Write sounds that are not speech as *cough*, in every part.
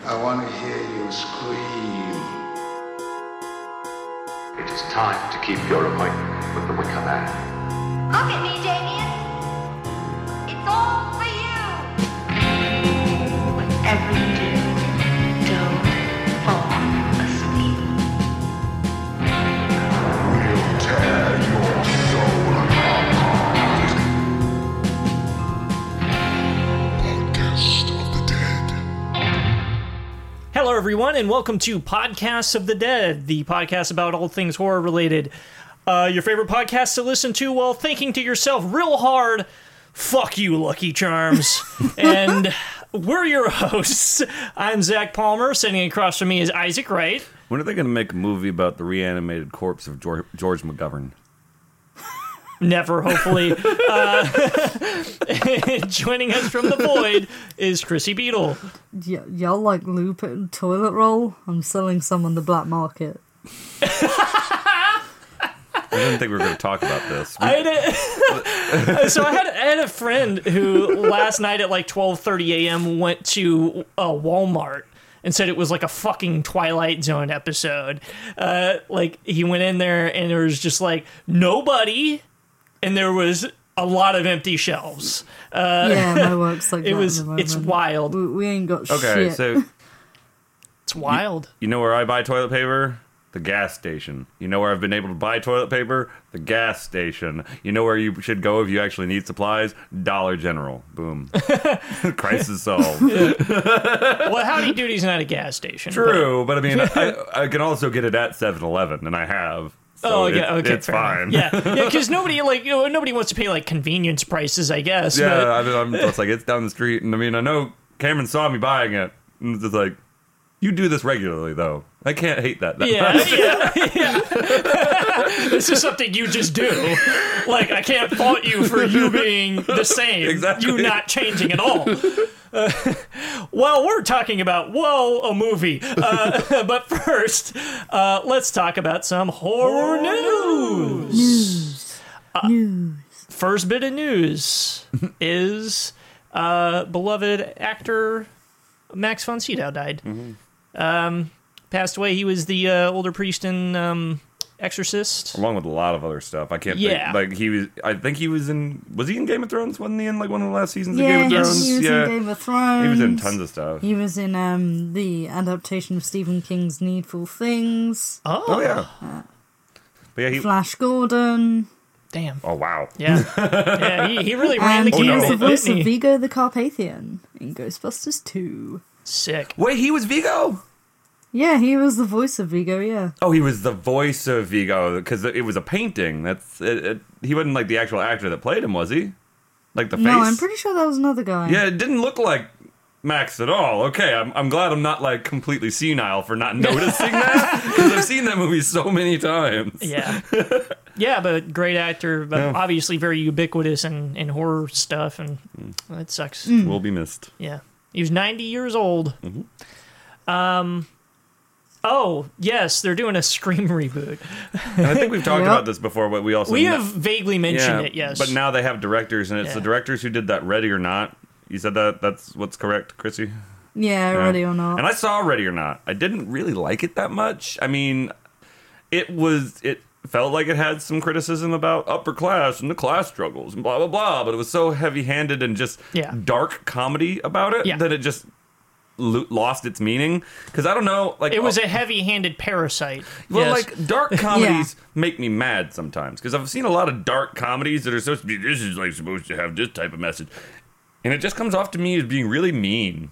I want to hear you scream. It is time to keep your appointment with the Wicker Man. Look at me, Damien. It's all for you. Whatever you do, don't fall asleep. Podcast of the Dead. Hello, everyone, and welcome to Podcasts of the Dead, the podcast about all things horror related. Uh, your favorite podcast to listen to while thinking to yourself real hard, fuck you, Lucky Charms. and we're your hosts. I'm Zach Palmer. Sitting across from me is Isaac Wright. When are they going to make a movie about the reanimated corpse of George, George McGovern? Never, hopefully. *laughs* uh, joining us from the void is Chrissy Beadle. Y- y'all like loop and toilet roll? I'm selling some on the black market. I didn't think we were going to talk about this. *laughs* We- I had a, *laughs* so I had, I had a friend who last night at like 12:30 a.m. went to uh, Walmart and said it was like a fucking Twilight Zone episode. Uh, like he went in there and there was just like nobody, and there was a lot of empty shelves. yeah, *laughs* my work's like that Uh, It at was the moment. it's wild. We, we ain't Oh, got okay, shit. so It's wild. you know where I buy toilet paper? The gas station. You know where I've been able to buy toilet paper? The gas station. You know where you should go if you actually need supplies? Dollar General. Boom. *laughs* Crisis solved. Well, Howdy Doody's not a gas station. True, but I mean, I, I can also get it at 7 Eleven, and I have. So Oh yeah, it- okay, It's fair enough. fine. Yeah, yeah, because nobody like you know, nobody wants to pay like convenience prices, I guess. but- *laughs* Yeah, I mean, I'm just like, it's down the street. And I mean, I know Cameron saw me buying it. And it's just like, you do this regularly, though. I can't hate that. that much. *laughs* Yeah, yeah, yeah. this is something you just do. Like, I can't fault you for you *laughs* being the same. Exactly. You not changing at all. Uh, *laughs* well, we're talking about, whoa, a movie. Uh, *laughs* but first, uh, let's talk about some horror news. News. First bit of news is uh, beloved actor Max von Sydow died. Um, passed away. He was the uh, older priest in um, Exorcist. Along with a lot of other stuff. I can't Yeah. think. Like, he was, I think he was in, was he in Game of Thrones? Wasn't he in, like, one of the last seasons Yeah, of he Game of was Thrones? in Game of Thrones. He was in tons of stuff. He was in um the adaptation of Stephen King's Needful Things. Oh, yeah. But yeah, he, Flash Gordon. Damn. oh, wow. Yeah. yeah, he, he *laughs* really ran And the he gamut. was the voice didn't of he? Vigo the Carpathian in Ghostbusters 2. Sick. Wait, he was Vigo? Yeah, he was the voice of Vigo, yeah. Oh, he was the voice of Vigo because it was a painting. That's it, it, he wasn't like the actual actor that played him, was he? Like the face. No, I'm pretty sure that was another guy. Yeah, it didn't look like Max at all. Okay, I'm, I'm glad I'm not like completely senile for *laughs* not noticing that because I've seen that movie so many times. Yeah. Yeah, but great actor, but obviously very ubiquitous in, in horror stuff, and that sucks. Will be missed. Yeah. He was 90 years old. Um, Mm-hmm. oh, yes, they're doing a Scream *laughs* reboot. And I think we've talked Yep. about this before, but we also We kn- have vaguely mentioned it, yes. But now they have directors, and it's the Yeah. directors who did that. Ready or not? You said that. That's what's correct, Chrissy. Yeah, Yeah. ready or not. And I saw Ready or Not. I didn't really like it that much. I mean, it was it felt like it had some criticism about upper class and the class struggles and blah blah blah, but it was so heavy-handed and just Yeah. dark comedy about it Yeah. that it just lo- lost its meaning cuz I don't know like It was a heavy handed parasite. well, yes. *laughs* like dark comedies make me mad sometimes because I've seen a lot of dark comedies that are supposed to be this is like supposed to have this type of message, and it just comes off to me as being really mean,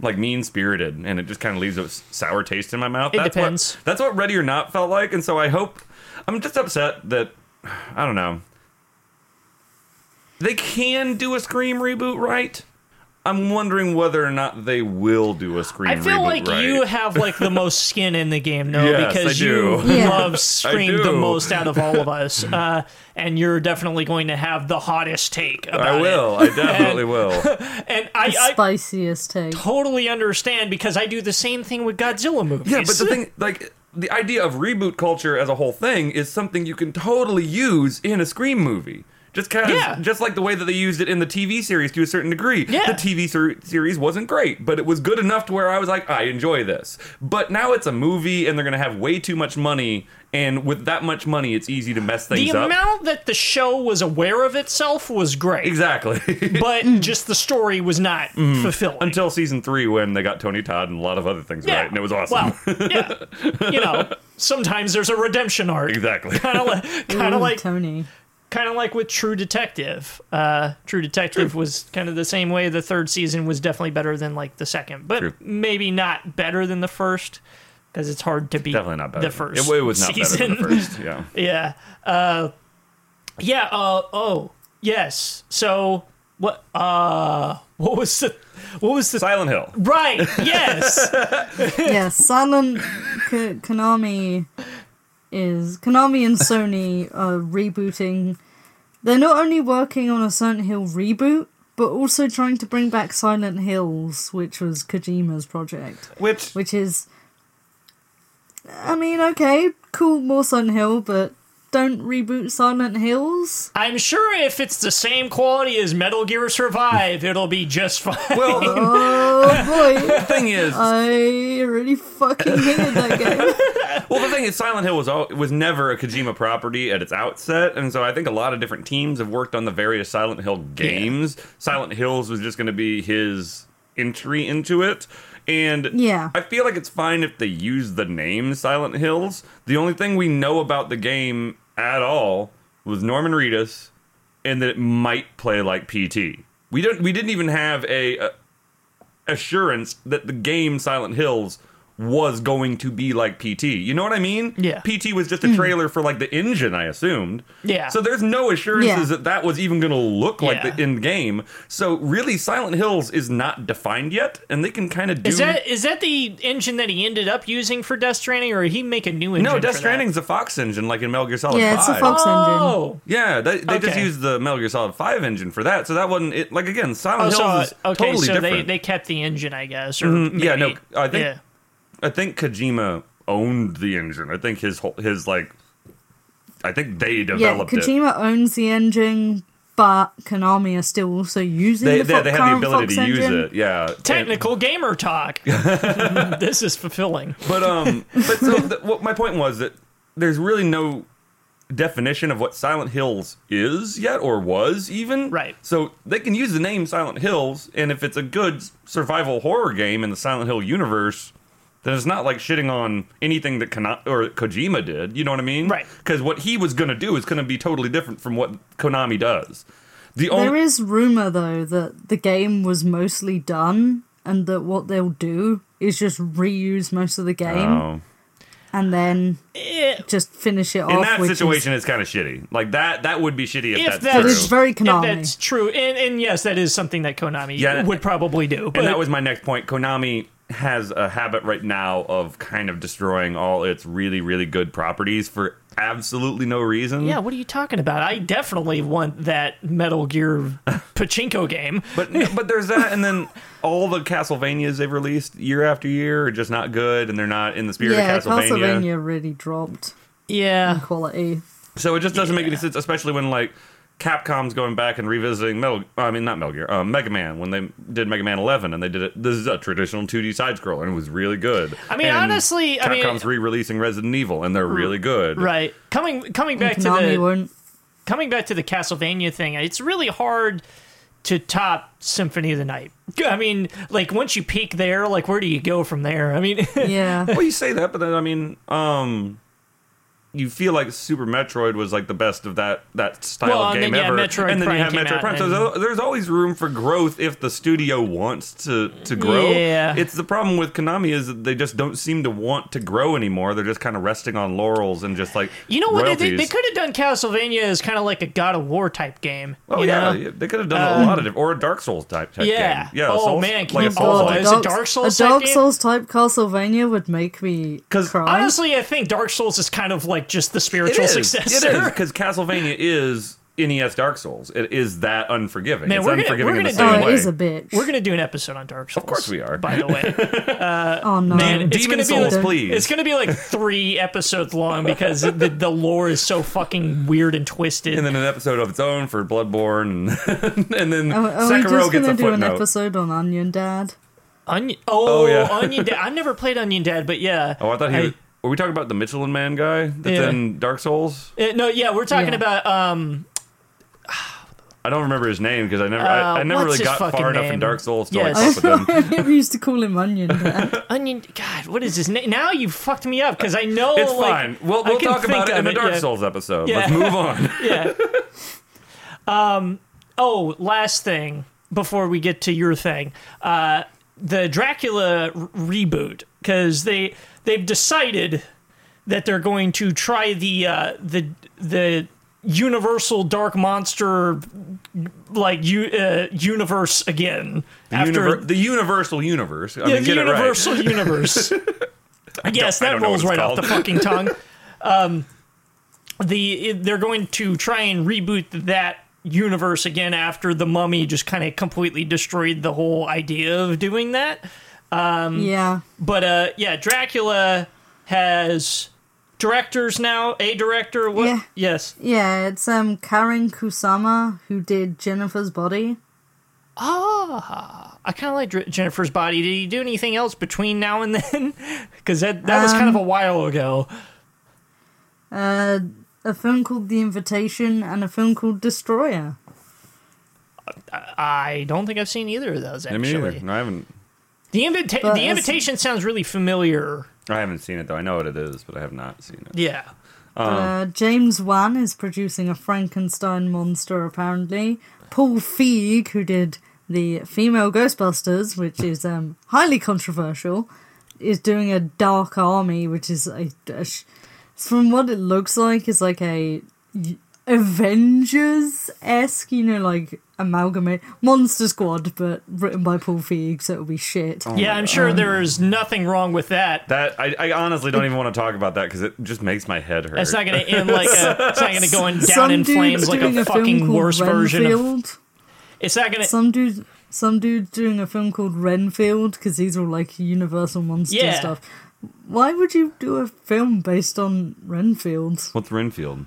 like mean spirited, and it just kind of leaves a s- sour taste in my mouth. It that's depends. What, that's what Ready or Not felt like, and so I hope I'm just upset that I don't know. They can do a Scream reboot, right? I'm wondering whether or not they will do a Scream I feel reboot, like right? you have like the most skin in the game, though, Yes, because I *laughs* you do. Yeah. love Scream the do. most out of all of us, uh, and you're definitely going to have the hottest take about I will. I *laughs* definitely will. it. And I, I Spiciest take. totally understand because I do the same thing with Godzilla movies. Yeah, but the thing, like, the idea of reboot culture as a whole thing is something you can totally use in a Scream movie. Just kind of, Yeah. just like the way that they used it in the TV series to a certain degree. Yeah. The TV ser- series wasn't great, but it was good enough to where I was like, I enjoy this. But now it's a movie, and they're gonna have way too much money, and with that much money, it's easy to mess The things up. amount that the show was aware of itself was great, exactly. *laughs* Mm. but just the story was not fulfilling. Until season three, when they got Tony Todd and a lot of other things right, and it was awesome. Well, yeah, you know, sometimes there's a redemption arc. *laughs* exactly. Kind of like, kind Ooh, of like, Tony. kind of like with True Detective. Uh, True Detective was kind of the same way. The third season was definitely better than like the second, but True. maybe not better than the first because it's hard to beat. *laughs* Definitely not The better. than- first. It, it was not season. better than the first. Yeah. yeah. Uh, yeah. Uh, oh, yes. So what? Uh, what was the? What was the? Silent Hill. Right. Yes. *laughs* *laughs* yeah, Silent K- Konami is Konami and Sony are rebooting. They're not only working on a Silent Hill reboot, but also trying to bring back Silent Hills, which was Kojima's project, Which which is. I mean, okay, cool, more Silent Hill, but don't reboot *laughs* Silent Hills. I'm sure if it's the same quality as Metal Gear Survive, it'll be just fine. well, the Oh boy, thing is, I really fucking hated that game. well, the thing is, Silent Hill was all, was never a Kojima property at its outset, and so I think a lot of different teams have worked on the various Silent Hill games. Silent Hills was just going to be his entry into it, and Yeah. I feel like it's fine if they use the name Silent Hills. The only thing we know about the game at all was Norman Reedus, and that it might play like PT. We don't. We didn't even have a, a assurance that the game Silent Hills was going to be like PT. You know what I mean? Yeah. Hmm. PT was just a trailer for like the engine, I assumed. Yeah. So there's no assurances Yeah. that that was even going to look like Yeah. the end game. So really, Silent Hills is not defined yet, and they can kind of *laughs* do. Is that is that the engine that he ended up using for Death Stranding, or did he make a new engine? no, Death for that? Stranding's a Fox engine, like in Metal Gear Solid Yeah, 5. it's a Fox- Oh, Yeah, they, they just Okay. used the Metal Gear Solid 5 engine for that. So that wasn't it. Like again, oh, Silent so Hills is okay, totally so they, different. Mm-hmm. they kept the engine, I guess. Or maybe- yeah, no, I think- yeah. I think Kojima owned the engine. I think his whole his like I think they Yeah, developed it. Kojima owns the engine, but Konami are still also using They, the they, Fo- they had the current ability Fox to use engine. it. Yeah. Technical gamer *laughs* talk. *laughs* this is fulfilling. But um but so th- what my point was that there's really no definition of what Silent Hills is yet or was even. Right. So they can use the name Silent Hills and if it's a good survival horror game in the Silent Hill universe then it's not like shitting on anything that Konami or Kojima did. You know what I mean? Right. Because what he was going to do is going to be totally different from what Konami does. The There only is rumor though that the game was mostly done, and that what they'll do is just reuse most of the game Oh. and then Eh, just finish it off. in that which situation, it's kind of shitty. Like that, that would be shitty if, if that's But true. that's it's very Konami. If that's true, and, and yes, that is something that Konami Yeah, that- would probably do. But and that was my next point. Konami has a habit right now of kind of destroying all its really, really good properties for absolutely no reason. Yeah, what are you talking about? I definitely want that Metal Gear *laughs* pachinko game. But but there's that, and then all the Castlevanias they've released year after year are just not good, and they're not in the spirit yeah, of Castlevania. Castlevania really dropped Yeah. quality. So it just doesn't make any sense, especially when like Capcom's going back and revisiting Metal. I mean, not Metal Gear, um, Mega Man when they did Mega Man 11, and they did it. This is a traditional 2D side scroller, and it was really good. I mean, And honestly, I mean- Hmm. Capcom's re-releasing Resident Evil, and they're really good. Right. Coming coming back to Konami the won't. coming back to the Castlevania thing, it's really hard to top Symphony of the Night. I mean, like once you peak there, like where do you go from there? I mean, *laughs* Yeah, Well, you say that, but then I mean, um, you feel like Super Metroid was like the best of that that style Well, of and game then, yeah, ever, Metroid and then Prime you have came Metroid out, Prime. So and- there's al- there's always room for growth if the studio wants to to grow. Yeah. it's the problem with Konami is that they just don't seem to want to grow anymore. They're just kind of resting on laurels and just like you know what? They, they, royalties. could have done Castlevania as kind of like a God of War type game. Oh you yeah, know? um, yeah, they could have done a lot of different, or a Dark Souls type, type Yeah. game. Yeah. Oh, Souls- man, can like you a Oh, God, Souls-like. is it Dark Souls a type Dark game? Souls type Castlevania would make me 'Cause cry. Honestly, I think Dark Souls is kind of like just the spiritual It is. successor. It is because Castlevania is NES Dark Souls. It is that unforgiving. Man, it's we're gonna- unforgiving we're in the gonna do same it. Oh, way. it is a *laughs* bitch. We're gonna do an episode on Dark Souls. Of course we are. By the *laughs* way, oh no. man, it's Demon gonna Souls, be like, please. It's gonna be like three *laughs* episodes long because the, the lore is so fucking weird and twisted. and then an episode of its own for Bloodborne, and, *laughs* and then are, are Oh, we Sekiro just gets gonna a do an footnote. episode on Onion Dad? *laughs* Onion, oh, Oh, yeah. *laughs* Onion Dad. I've never played Onion Dad, but yeah. Oh, I thought he. I- was- were we talking about the Michelin Man guy that's Yeah. in Dark Souls? Uh, no, yeah, we're talking Yeah. about um, I don't remember his name because I never, I, I Uh, never what's really his got fucking far enough name? in Dark Souls to Yes. like *laughs* fuck with him. I never used to call him Onion *laughs* Dad. Onion. God, what is his name? Now you fucked me up because I know. It's Oh, like, fine. We'll, I we'll can talk about think it in of the Dark yeah. Souls episode. Yeah. Let's *laughs* move on. yeah. Um. Oh, last thing before we get to your thing, uh, the Dracula r- reboot because they they've decided that they're going to try the uh, the the universal dark monster like u- uh, universe again The, univer- the Universal Universe. I Yeah, mean, the get it right. *laughs* universal universe. yes, I that don't know rolls what right it's off the fucking *laughs* tongue. Um, the they're going to try and reboot that universe again after the mummy just kind of completely destroyed the whole idea of doing that. yeah. But uh, yeah, Dracula has directors now. A director, what? Yeah. Yes. Yeah, it's um Karen Kusama who did Jennifer's Body. I kind of like Dr- Jennifer's Body. Did he do anything else between now and then? *laughs* Because that that was kind of a while ago. Uh a film called The Invitation and a film called Destroyer. I don't think I've seen either of those. Yeah, Actually, me neither. No, I haven't. The invita- But the it's- invitation sounds really familiar. I haven't seen it though. I know what it is, but I have not seen it. Yeah. Uh, James Wan is producing a Frankenstein monster, apparently. Paul Feig, who did the female Ghostbusters, which is um, highly controversial, is doing a Dark Army, which is a, a sh- from what it looks like, is like a Avengers esque, you know, like amalgamate Monster Squad, but written by Paul Feig, so it'll be shit. yeah, I'm Um, sure there is nothing wrong with that. That I, I honestly don't even want to talk about that because it just makes my head hurt. It's not going to end like *laughs* a, it's not going to go in down Some in dude's flames like doing a, fucking called worse version of. Renfield. It's not *laughs* going to. some dude some dude doing a film called renfield because these were like universal monster Yeah. stuff why would you do a film based on renfield What's Renfield?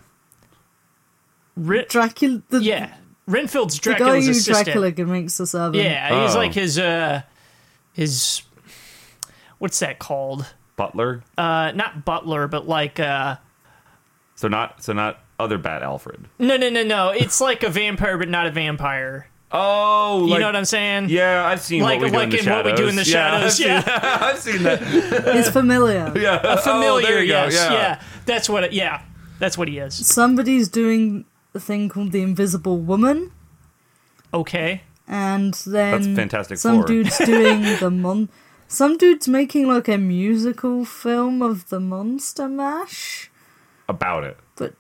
Ren- dracula the, yeah, Renfield's the guy Dracula's who assistant. dracula makes us servant Yeah, he's Oh. like his uh, his what's that called? Butler. Uh, not butler, but like uh, so not so not other Bat Alfred. no, no, no, no. It's like a vampire, but not a vampire. Oh, You know what I'm saying? Yeah, I've seen Like- what we do like in the in What shadows. We Do in the Shadows, Yeah, I've seen, *laughs* I've seen that. it's familiar *laughs* *laughs* Yeah, a Familiar, Oh, there you yes, go. yeah. That's what. It, yeah, that's what he is. somebody's doing a thing called the invisible woman Okay. and then That's Fantastic some Four. *laughs* dude's doing the mon some dude's making like a musical film of the monster mash About it. but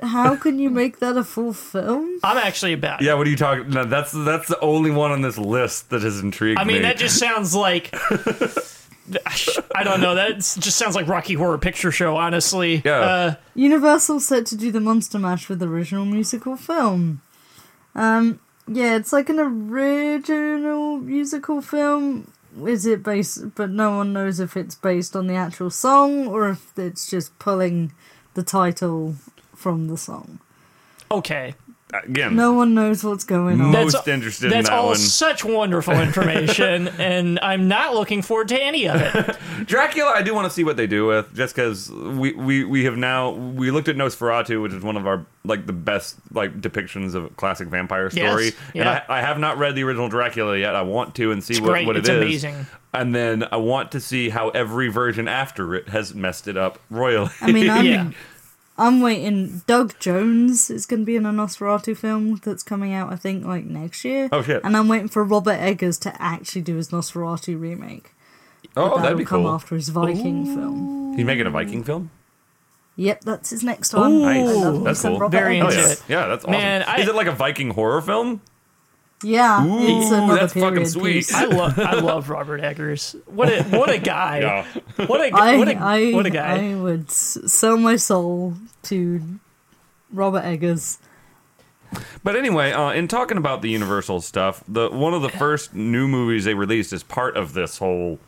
how can you make that a full film I'm actually about. it. Yeah, what are you talking? No, that's that's the only one on this list that has intrigued I me. mean, that just sounds like I don't know. That just sounds like Rocky Horror Picture Show. Honestly, Yeah. Uh, Universal set to do the Monster Mash with original musical film. Um, yeah, it's like an original musical film. Is it based? But no one knows if it's based on the actual song or if it's just pulling the title from the song. okay. again. No one knows what's going on. Most interested in That's that all one. such wonderful *laughs* information, and I'm not looking forward to any of it. Dracula, I do want to see what they do with, just because we, we we have now we looked at Nosferatu, which is one of our like the best like depictions of a classic vampire Yes, story. And yeah. I, I have not read the original Dracula yet. I want to and see what, great. what it It's is. amazing. And then I want to see how every version after it has messed it up royally. I mean, I'm, Yeah. I'm waiting. Doug Jones is going to be in a Nosferatu film that's coming out, I think, like next year. Oh, shit. And I'm waiting for Robert Eggers to actually do his Nosferatu remake. *laughs* oh, that'll that'd be come cool. after his Viking film. He's making a Viking film. Yep, that's his next one. Ooh. I Nice. love him That's some cool. Robert Very Oh Eggers. yeah, Shit. yeah, that's awesome. Man, I- is it like a Viking horror film? Yeah, it's Ooh, another that's fucking period sweet. piece. I love, I love Robert Eggers. What a, what a guy. What a, I, what a, I, what a guy. I would s- sell my soul to Robert Eggers. But anyway, uh, in talking about the Universal stuff, the one of the first new movies they released as part of this whole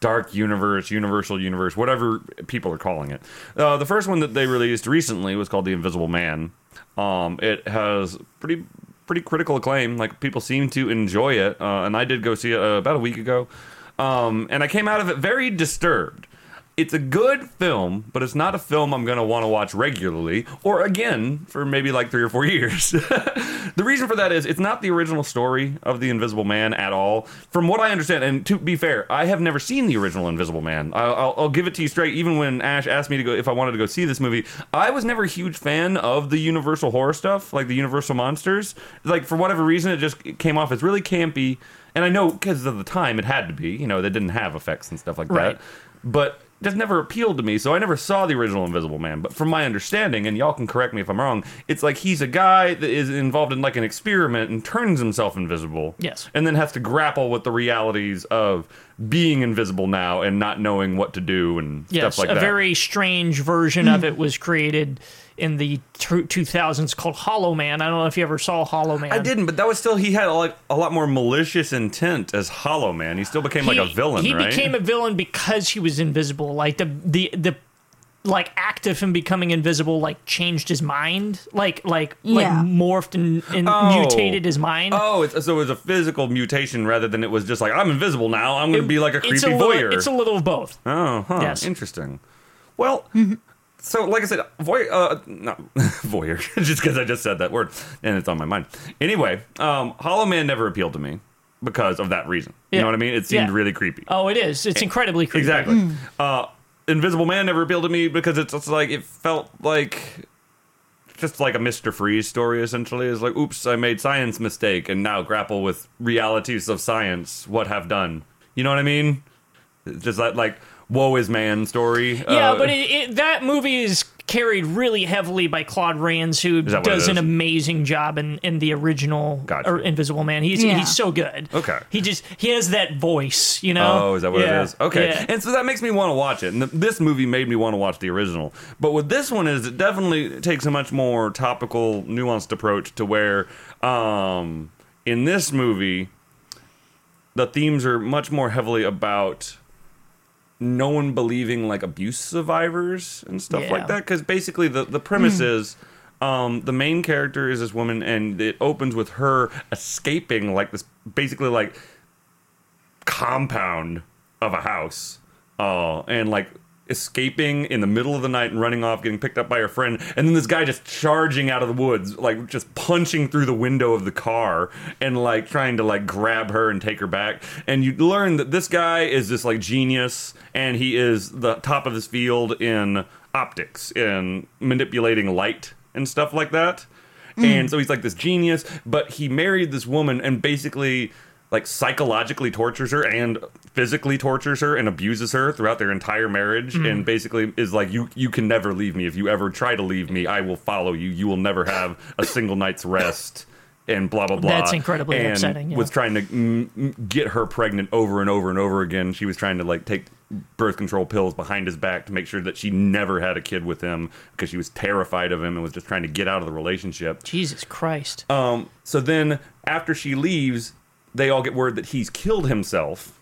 dark universe, Universal universe, whatever people are calling it. Uh, the first one that they released recently was called The Invisible Man. Um, it has pretty pretty critical acclaim. Like people seem to enjoy it, uh, and I did go see it uh, about a week ago, um, and I came out of it very disturbed. It's a good film, but it's not a film I'm going to want to watch regularly or again for maybe like three or four *laughs* years. the reason for that is it's not the original story of the Invisible Man at all. From what I understand, and to be fair, I have never seen the original Invisible Man. I'll, I'll, I'll give it to you straight. Even when Ash asked me to go if I wanted to go see this movie, I was never a huge fan of the Universal horror stuff, like the Universal monsters. Like for whatever reason, it just came off as really campy. And I know because of the time, it had to be. You know, they didn't have effects and stuff like Right. that but just never appealed to me, so I never saw the original Invisible Man. But from my understanding, and y'all can correct me if I'm wrong, it's like he's a guy that is involved in like an experiment and turns himself invisible. Yes. And then has to grapple with the realities of being invisible now and not knowing what to do and Yes, stuff like a that. very strange version of it was created in the two thousands called Hollow Man. I don't know if you ever saw Hollow Man. I didn't, but that was still he had like a lot more malicious intent as Hollow Man. He still became like a He- villain, He right? became a villain because he was invisible. Like the the the like act of him becoming invisible like changed his mind. Like like like Yeah. morphed and, and Oh. mutated his mind. *laughs* Oh, it's, so it was a physical mutation rather than it was just like I'm invisible now. I'm going to be like a creepy it's a voyeur. little, it's a little of both. Oh, huh. Yes. Interesting. Well, so like I said, voy- uh, not *laughs* voyeur, just because I just said that word and it's on my mind. Anyway, um, Hollow Man never appealed to me because of that reason. You Yeah. know what I mean? It seemed Yeah. really creepy. Oh, it is. Eh, It's incredibly creepy. Exactly. Hmm. Uh, Invisible Man never appealed to me because it's just like it felt like just like a Mister Freeze story. Essentially, is like, oops, I made science mistake, and now grapple with realities of science. What have done? You know what I mean? It's Just that like woe is man story. Yeah, Uh, but it, it, that movie is carried really heavily by Claude Rains, who that what it does an is? amazing job in, in the original Gotcha. or Invisible Man. He's Yeah. he's so good. Okay. he just he has that voice, you know. Oh, is that what Yeah, it is? Okay, yeah. and so that makes me want to watch it. And th- this movie made me want to watch the original, but with this one is it definitely takes a much more topical, nuanced approach to where, um, in this movie, the themes are much more heavily about no one believing like abuse survivors and stuff Yeah. Hmm. like that. Because basically, the the premise is. Um, the main character is this woman, and it opens with her escaping like this, basically like compound of a house uh, and like escaping in the middle of the night and running off getting picked up by her friend and then this guy just charging out of the woods like just punching through the window of the car and like trying to like grab her and take her back and you learn that this guy is this like genius and he is the top of his field in optics in manipulating light and stuff like that Hmm. and so he's like this genius but he married this woman and basically like psychologically tortures her and physically tortures her and abuses her throughout their entire marriage Hmm. and basically is like you you can never leave me if you ever try to leave me i will follow you you will never have a single night's rest and blah blah blah That's incredibly and upsetting, yeah. was trying to mm, mm, get her pregnant over and over and over again she was trying to like take birth control pills behind his back to make sure that she never had a kid with him because she was terrified of him and was just trying to get out of the relationship Jesus Christ. um, so then, after she leaves, they all get word that he's killed himself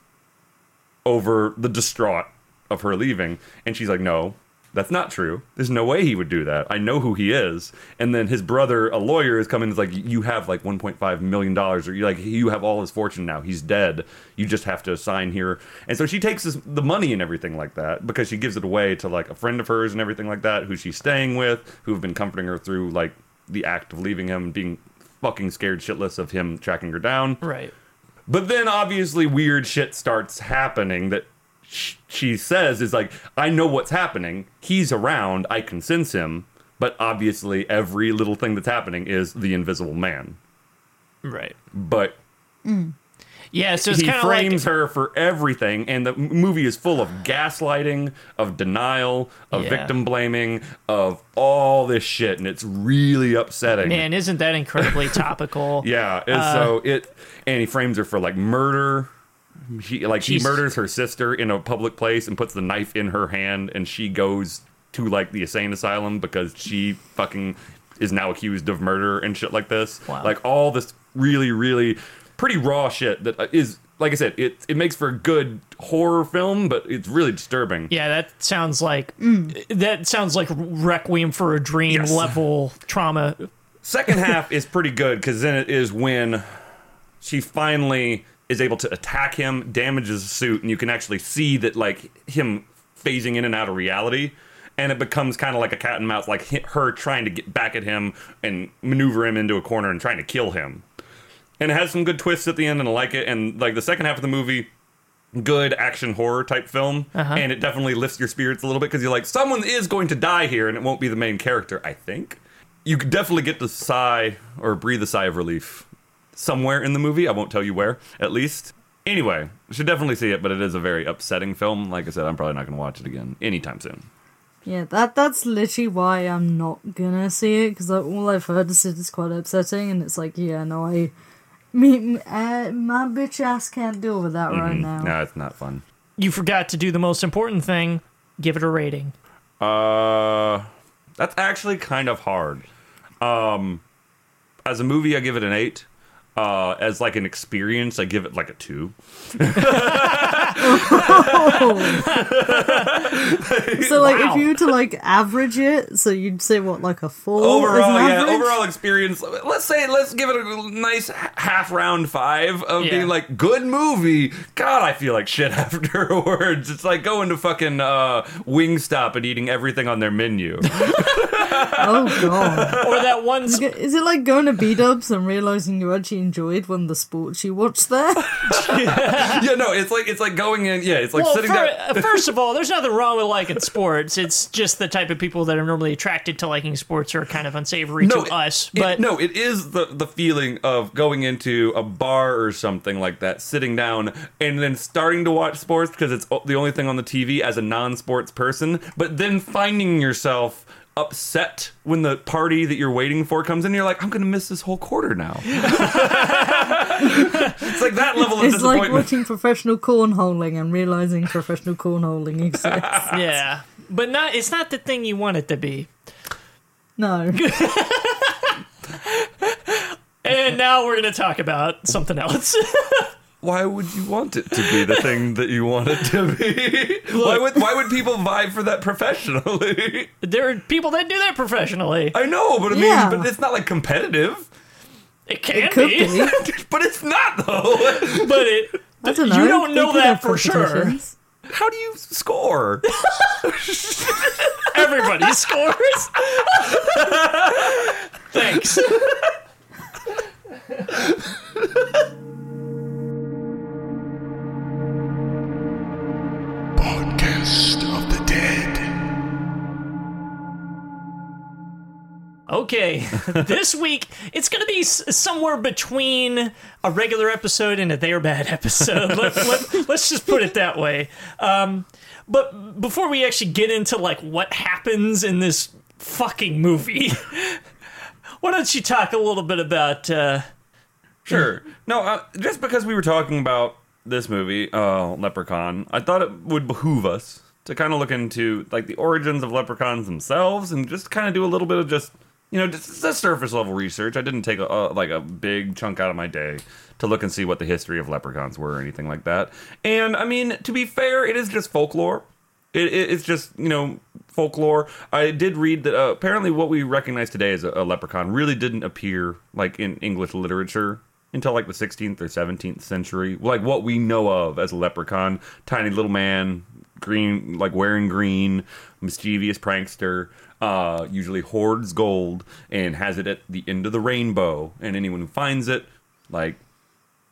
over the distraught of her leaving. And she's like, no, that's not true. There's no way he would do that. I know who he is. And then his brother, a lawyer, is coming and is like, you have like $1.5 million or you like, you have all his fortune now. He's dead. You just have to sign here. And so she takes this, the money and everything like that because she gives it away to like a friend of hers and everything like that who she's staying with, who have been comforting her through like the act of leaving him, being fucking scared shitless of him tracking her down. right. But then obviously weird shit starts happening that sh- she says is like, I know what's happening. He's around. I can sense him. But obviously every little thing that's happening is the invisible man. Right. But Yeah. So it's he kind of like frames her for everything, and the m- movie is full of gaslighting, of denial, of Yeah. victim blaming, of all this shit, and it's really upsetting. man, isn't that incredibly topical? *laughs* Yeah, and so it and he frames her for like murder. He like Jeez. he murders her sister in a public place and puts the knife in her hand, and she goes to like the insane asylum because she fucking is now accused of murder and shit like this. Wow. Like all this really, really pretty raw shit that is, like I said, it it makes for a good horror film, but it's really disturbing. Yeah, that sounds like that sounds like Requiem for a Dream Yes. level trauma. Second half is pretty good because then it is when she finally is able to attack him, damages the suit, and you can actually see that like him phasing in and out of reality. And it becomes kind of like a cat and mouse, like hi- her trying to get back at him and maneuver him into a corner and trying to kill him. And it has some good twists at the end, and I like it. And like the second half of the movie, good action horror type film, and it definitely lifts your spirits a little bit because you're like, someone is going to die here, and it won't be the main character. I think you could definitely get to sigh or breathe a sigh of relief somewhere in the movie. I won't tell you where, at least. Anyway, you should definitely see it, but it is a very upsetting film. Like I said, I'm probably not going to watch it again anytime soon. Yeah, that that's literally why I'm not gonna see it because like, all I've heard is it's quite upsetting, and it's like, yeah, no, I, me, m- uh, my bitch ass can't deal with that right now. No, it's not fun. You forgot to do the most important thing. Give it a rating. Uh, that's actually kind of hard. Um, as a movie, I give it an eight. Uh, as like an experience, I give it like a two. So like, Wow. if you were to like average it, so you'd say what like a four Oh, is overall, an yeah, average? overall experience. Let's say, let's give it a nice h- half round five of Yeah. being like, good movie. God, I feel like shit *laughs* afterwards. It's like going to fucking uh, Wingstop and eating everything on *laughs* their menu. Oh god, Or that *laughs* one G- is it like going to B Dubs and realizing you actually enjoyed one of the sports you *laughs* watched there? yeah, no, it's like it's like going in. Yeah, it's like well, sitting fir- down. uh, first of all, there's nothing wrong with liking sports. It's just the type of people that are normally attracted to liking sports are kind of unsavory to it- us. it- But no, it is the the feeling of going into a bar or something like that, sitting down, and then starting to watch sports because it's o- the only thing on the TV as a non-sports person. But then finding yourself upset when the party that you're waiting for comes in, you're like, I'm gonna miss this whole quarter now. *laughs* it's like that level of It's like disappointment. watching professional cornholing and realizing professional cornholing *laughs* exists. yeah, but not. It's not the thing you want it to be. No. *laughs* And now we're gonna talk about something else. *laughs* why would you want it to be the thing that you want it to *laughs* be? why would why would people vie for that professionally? *laughs* there are people that do that professionally. I know, but I Yeah. mean, but it's not like competitive. It can could be, be. *laughs* but it's not though. *laughs* *laughs* but it. *laughs* I don't know. You don't They know could that have for sure. competitions. How do you score? Everybody *laughs* scores. Thanks. Podcast of the Dead. Okay, *laughs* this week it's going to be s- somewhere between a regular episode and a they are bad *laughs* episode. let, let, let's just put it that way. Um, but before we actually get into like what happens in this fucking movie, *laughs* why don't you talk a little bit about? Uh, Sure. No, uh, just because we were talking about this movie, uh, Leprechaun, I thought it would behoove us to kind of look into like the origins of leprechauns themselves and just kind of do a little bit of just you know just, just surface level research. I didn't take a, a like a big chunk out of my day to look and see what the history of leprechauns were or anything like that. And I mean, to be fair, it is just folklore. It, it, it's just you know folklore. I did read that uh, apparently what we recognize today as a, a leprechaun really didn't appear like in English literature until like the 16th or 17th century. Like what we know of as a leprechaun, tiny little man, green like wearing green, mischievous prankster. Uh, usually hoards gold and has it at the end of the rainbow, and anyone who finds it, like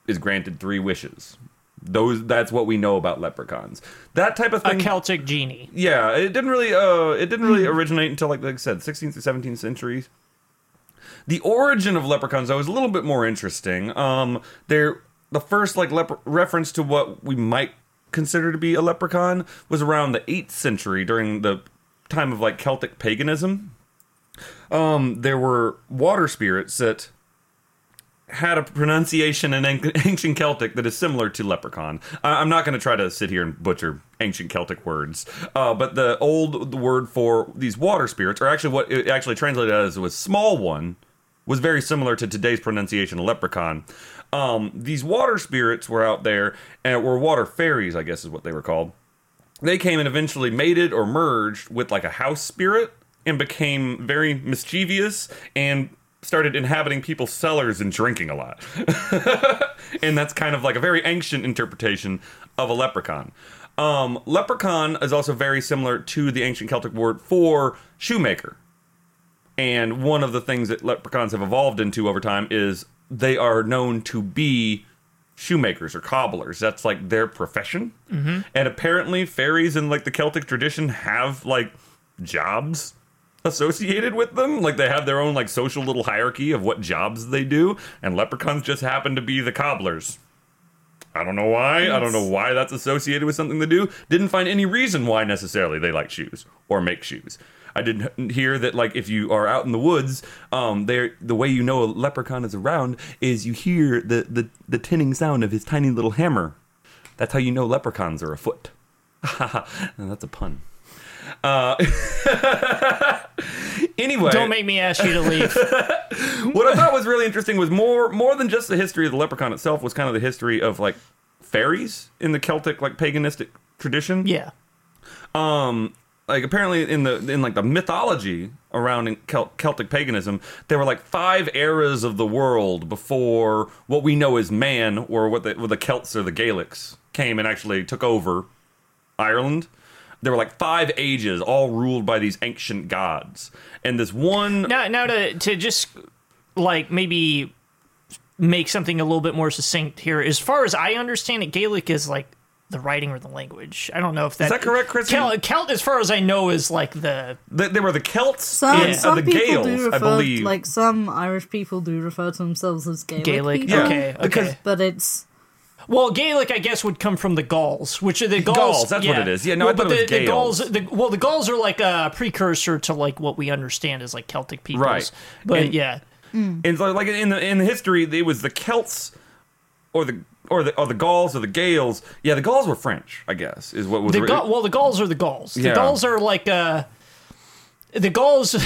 is granted three wishes. Those that's what we know about leprechauns. That type of a thing. Celtic genie. yeah, it didn't really uh it didn't really originate until like, like I said, 16th or 17th centuries. The origin of leprechauns though is a little bit more interesting. Um they're the first like lepre- reference to what we might consider to be a leprechaun was around the 8th century during the time of like Celtic paganism. Um there were water spirits that had a pronunciation in an- *laughs* ancient Celtic that is similar to leprechaun. I- I'm not going to try to sit here and butcher ancient Celtic words, uh, but the old word for these water spirits, or actually what it actually translated as was small one, was very similar to today's pronunciation of leprechaun. Um, these water spirits were out there and were water fairies, I guess is what they were called they came and eventually mated or merged with like a house spirit and became very mischievous and started inhabiting people's cellars and drinking a lot. *laughs* and that's kind of like a very ancient interpretation of a leprechaun. Um, leprechaun is also very similar to the ancient Celtic word for shoemaker. And one of the things that leprechauns have evolved into over time is they are known to be shoemakers or cobblers. That's like their profession. And apparently, fairies in like the Celtic tradition have like jobs associated with them. Like they have their own like social little hierarchy of what jobs they do. And leprechauns just happen to be the cobblers. I don't know why. I don't know why that's associated with something they do. Didn't find any reason why necessarily they like shoes or make shoes. I didn't hear that like if you are out in the woods, um, there the way you know a leprechaun is around is you hear the the the tinning sound of his tiny little hammer. That's how you know leprechauns are afoot. *laughs* and that's a pun. Uh, *laughs* anyway, Don't make me ask you to leave. what I thought was really interesting was more more than just the history of the leprechaun itself was kind of the history of like fairies in the Celtic like paganistic tradition. yeah. Like apparently in the in like the mythology around in Cel- Celtic paganism, there were like five eras of the world before what we know as man or what the, what the Celts or the Gaelics came and actually took over Ireland. There were like five ages, all ruled by these ancient gods, and this one Now, now to to just like maybe make something a little bit more succinct here. As far as I understand it, Gaelic is like the writing or the language. I don't know if that, that correct, Kristen? Celt, Celt, as far as I know, is like the th- there were the Celts Some, and uh, some the people Gales, do I refer, believe. like some Irish people do refer to themselves as Gaelic. Gaelic. people, Yeah. Okay, okay. because- but it's Well, Gaelic, I guess, would come from the Gauls, which are the Gauls. Gauls, that's what it is. Yeah, no, I Well, but thought it the, was the Gales. Gauls. The, well, the Gauls are like a precursor to like what we understand as like Celtic peoples. Right. But And- yeah, And so, like in the in history, it was the Celts, or the or the or the Gauls or the Gales. Yeah, the Gauls were French, I guess, is what was the re- Gaul, well, the Gauls are the Gauls. The Yeah. Gauls are like uh, the Gauls. *laughs*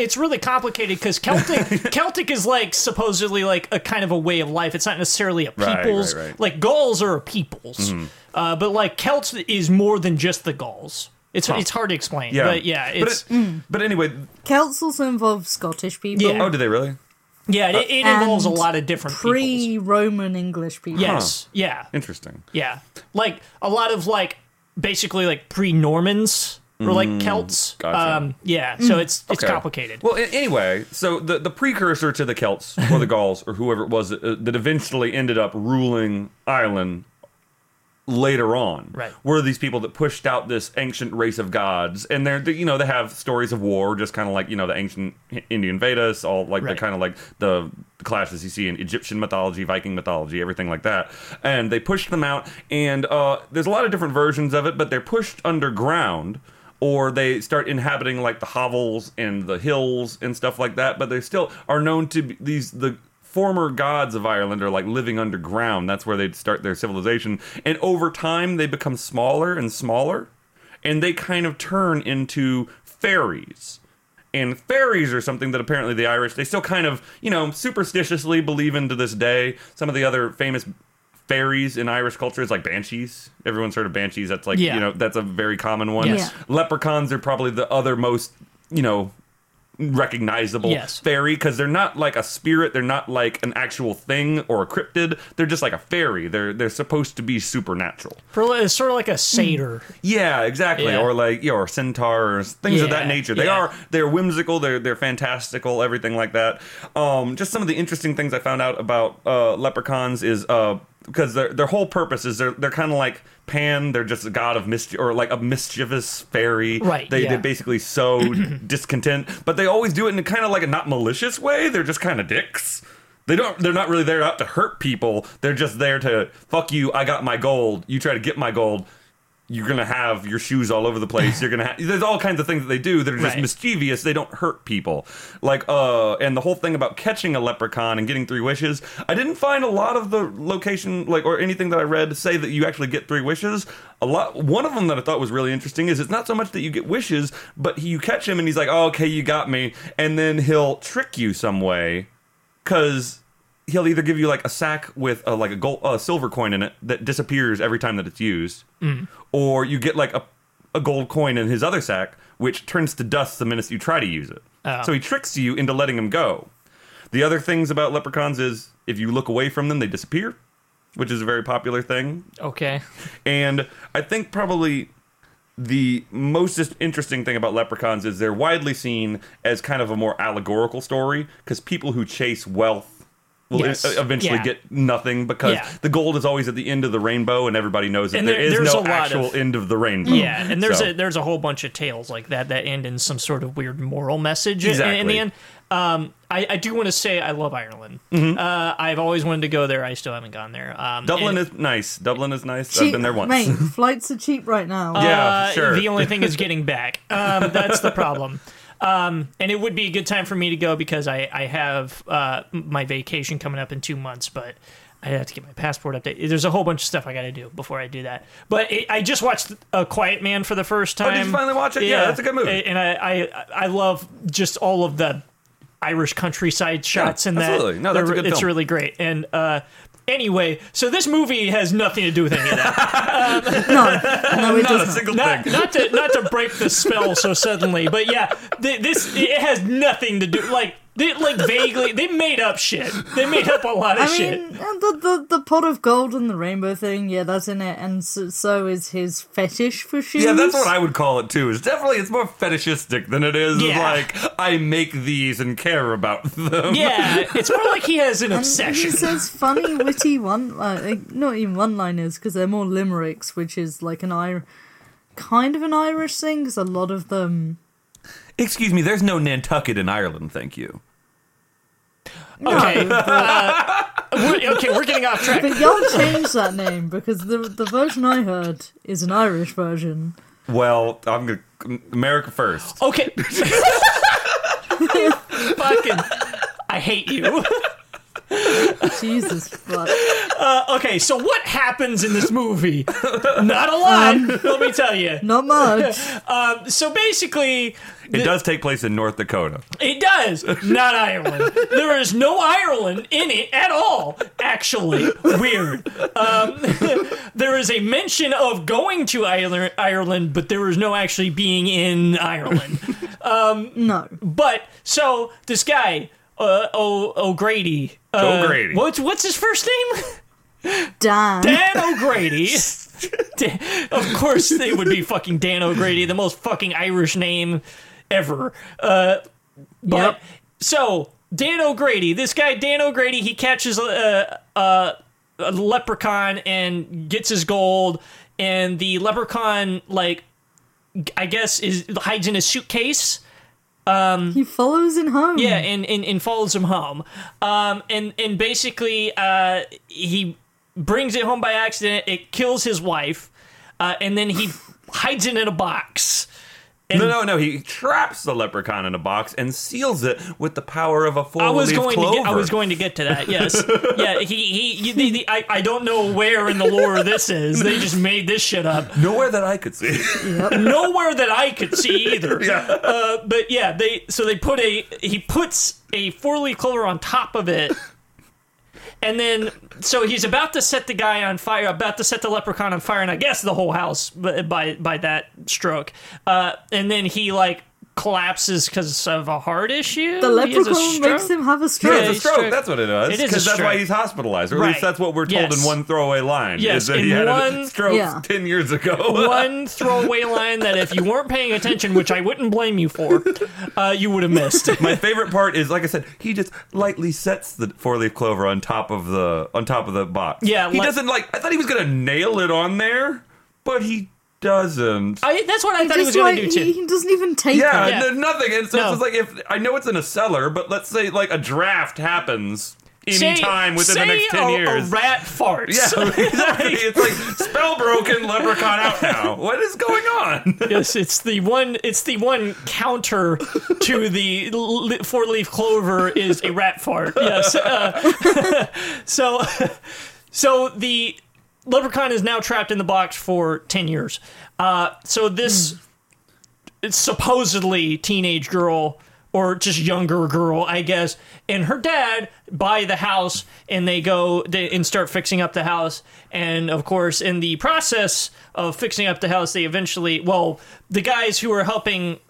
it's really complicated because *laughs* Celtic Celtic is like supposedly like a kind of a way of life. It's not necessarily a Right, right, peoples. right. Mm-hmm. Like Gauls are a peoples, uh, but like Celts is more than just the Gauls. It's it's hard to explain. Yeah, But yeah, But it's it- but anyway, Celts also involve Scottish people. Yeah. oh, did they really? Yeah, uh, it, it involves a and lot of different peoples. pre-Roman English people. Yes, yeah, Interesting. yeah. Like a lot of like basically like pre-Normans or like Celts. Mm, gotcha. Mm. Um, yeah, so it's it's Okay. complicated. Well, a- anyway, so the the precursor to the Celts or the Gauls or whoever it was uh, that eventually ended up ruling Ireland later on Right. were these people that pushed out this ancient race of gods and they're they, you know they have stories of war just kind of like you know the ancient Hi- indian vedas all like Right. the kind of like the clashes you see in egyptian mythology viking mythology everything like that and they pushed them out and uh, there's a lot of different versions of it but they're pushed underground or they start inhabiting like the hovels and the hills and stuff like that but they still are known to be these the former gods of Ireland are like living underground. That's where they'd start their civilization. And over time, they become smaller and smaller, and they kind of turn into fairies. And fairies are something that apparently the Irish they still kind of you know superstitiously believe in to this day. Some of the other famous fairies in Irish culture is like banshees. Everyone's heard of banshees. That's like Yeah. you know that's a very common one. Yes. Leprechauns are probably the other most you know recognizable Yes. fairy because they're not like a spirit they're not like an actual thing or a cryptid they're just like a fairy they're they're supposed to be supernatural For li- it's sort of like a satyr. yeah exactly Yeah. or like you know, or centaurs things of that Yeah, nature they yeah. are they're whimsical they're they're fantastical everything like that um just some of the interesting things i found out about uh leprechauns is uh because their their whole purpose is they're they're kind of like pan they're just a god of mischief or like a mischievous fairy Right, they, yeah. they basically sow discontent but they always do it in kind of like a not malicious way they're just kind of dicks they don't they're not really there out to hurt people they're just there to fuck you i got my gold you try to get my gold you're gonna have your shoes all over the place. You're gonna have there's all kinds of things that they do that are just Right. mischievous. They don't hurt people. Like uh, and the whole thing about catching a leprechaun and getting three wishes. I didn't find a lot of the location like or anything that I read say that you actually get three wishes. A lot. One of them that I thought was really interesting is it's not so much that you get wishes, but you catch him and he's like, oh, okay, you got me, and then he'll trick you some way because he'll either give you like a sack with a, like a gold, a silver coin in it that disappears every time that it's used, or you get like a, a gold coin in his other sack, which turns to dust the minute you try to use it. Oh. So he tricks you into letting him go. The other things about leprechauns is if you look away from them, they disappear, which is a very popular thing. Okay. And I think probably the most interesting thing about leprechauns is they're widely seen as kind of a more allegorical story because people who chase wealth will Yes. e- eventually Yeah. get nothing because Yeah. the gold is always at the end of the rainbow and everybody knows that And there there- is there's no a lot actual of- end of the rainbow. Yeah, *laughs* and there's So, a there's a whole bunch of tales like that that end in some sort of weird moral message in- in, Exactly. the end. Um, I, I do want to say I love Ireland. Uh, I've always wanted to go there. I still haven't gone there. Um, Dublin and, is nice. Dublin is nice. I've Cheap- been there once. Mate, flights are cheap *laughs* right now. yeah, uh, sure. The only *laughs* thing is getting back. Um, that's the problem. Um, and it would be a good time for me to go because I, I have uh, my vacation coming up in two months, but I have to get my passport updated. There's a whole bunch of stuff I got to do before I do that. But it, I just watched A Quiet Man for the first time. Oh, did you finally watch it? Yeah, that's a good movie. And I, I, I love just all of the Irish countryside shots in that. absolutely. No, that's a They're- good It's film. really great. And uh, anyway, so this movie has nothing to do with any of that. No, no, Not a it doesn't. single not, thing. not to not to break the spell so suddenly, but yeah, th- this it has nothing to do like they, like vaguely they made up shit. They made up a lot of I *laughs* shit. mean, uh, the, the the pot of gold and the rainbow thing, yeah, that's in it, and so, so is his fetish for shoes. Yeah, that's what I would call it too. It's definitely it's more fetishistic than it is Yeah. like I make these and care about them. yeah, it's more like he has an And He obsession. *laughs* says funny, witty one, uh, not even one-liners, because they're more limericks, which is like an Ir, kind of an Irish thing, because a lot of them. Excuse me, there's no Nantucket in Ireland, thank you. Okay, uh, we're, okay, we're getting off track. But y'all changed that name because the the version I heard is an Irish version. Well, I'm gonna America first. Okay, *laughs* fucking, I hate you. Jesus fuck. Okay, so what happens in this movie? Not a lot. Um, let me tell you. Not much. So basically, It does take place in North Dakota. It does. Not Ireland. there is no Ireland in it at all, actually. Weird. Um, *laughs* there is a mention of going to Ile- Ireland, but there is no actually being in Ireland. No. but, so, this guy, uh, o- O'Grady. Uh, O'Grady. What's, what's his first name? *laughs* Dan. Dan O'Grady. Dan- of course, they would be fucking Dan O'Grady, the most fucking Irish name ever. Uh, but Yep. so Dan O'Grady, this guy Dan O'Grady, he catches a, a, a leprechaun and gets his gold, and the leprechaun like I guess is hides in his suitcase. He follows in home. Yeah, and, and, and follows him home. Um, and and basically, uh, he brings it home by accident. It kills his wife, uh, and then he hides it in a box. No, no, no. He traps the leprechaun in a box and seals it with the power of a I was four-leaf going Oh, clover. to get, I was going to get to that. Yes, yeah. He he. he the, the, I I don't know where in the lore this is. They just made this shit up. Nowhere that I could see. *laughs* *laughs* Nowhere that I could see either. yeah. Uh, but yeah, they so they put a he puts a four leaf clover on top of it, and then so he's about to set the guy on fire, about to set the leprechaun on fire, and I guess the whole house b- by by that stroke. Uh, and then he like collapses because of a heart issue. The He has a leprechaun makes stroke? *laughs* him have a Yeah, stroke. it's a it's stroke. stroke. That's what it does. It is a Because that's why stroke. he's hospitalized, or at Right. least that's what we're told Yes. in one throwaway line. Yes, is that he in had one- a stroke Yeah. ten years ago. one *laughs* throwaway line that if you weren't paying attention, which I wouldn't blame you for, uh, you would have *laughs* missed. My favorite part is, like I said, he just lightly sets the four-leaf clover on top of the on top of the box. Yeah, he like- doesn't like. I thought he was gonna nail it on there, but he doesn't. I, that's what I thought he was Just going like, to do too. he, he doesn't even take yeah, it. Yeah. n- nothing. And so No. it's just like if I know it's in a cellar, but let's say like a draft happens. in Say- time within the say next 10 a- years. A rat farts. yeah, *laughs* exactly. it's like spellbroken leprechaun out now. What is going on? yes, it's the one. It's the one counter to the li- four-leaf clover is a rat fart. Yes. Uh, *laughs* so, so the leprechaun is now trapped in the box for ten years. Uh, so this supposedly teenage girl or just younger girl, I guess, and her dad buy the house and they go they, and start fixing up the house. And of course, in the process of fixing up the house, they eventually, well, the guys who are helping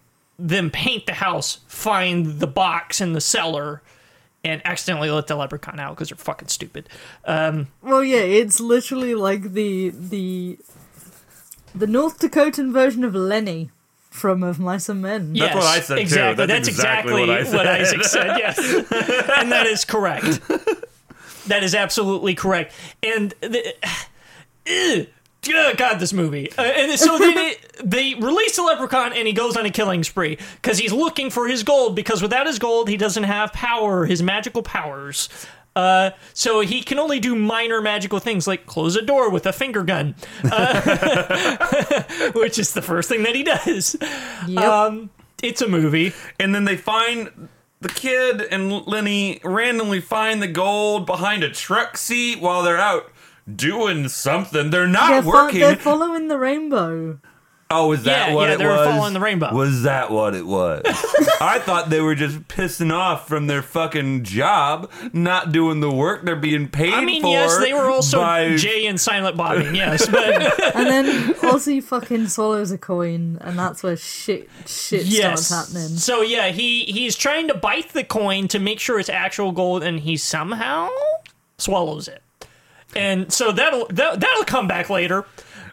them paint the house find the box in the cellar and accidentally let the leprechaun out because they're fucking stupid. Well, yeah, it's literally like the the the North Dakotan version of Lenny from Of Mice and Men. That's what I said, too. Exactly. That's That's, exactly, exactly what I what said. Isaac said. Yes, and that is correct. That is absolutely correct. And the, Ugh. Ugh, God, this movie. Uh, and so then it, they release the leprechaun, and he goes on a killing spree because he's looking for his gold. Because without his gold, he doesn't have power, his magical powers. Uh, so he can only do minor magical things like close a door with a finger gun, uh, *laughs* which is the first thing that he does. Yep. Um, it's a movie. And then they find the kid and Lenny randomly find the gold behind a truck seat while they're out doing something. They're not they're, fo- working. they're following the rainbow. Oh, is that Yeah, what yeah, it they were was? following the rainbow. Was that what it *laughs* was? I thought they were just pissing off from their fucking job, not doing the work they're being paid I mean, for. yes, they were also by- Jay and Silent Bobbing. Yes, *laughs* but And then Ozzy fucking swallows a coin, and that's where shit shit yes. starts happening. So yeah, he he's trying to bite the coin to make sure it's actual gold, and he somehow swallows it. And so that'll that, that'll come back later.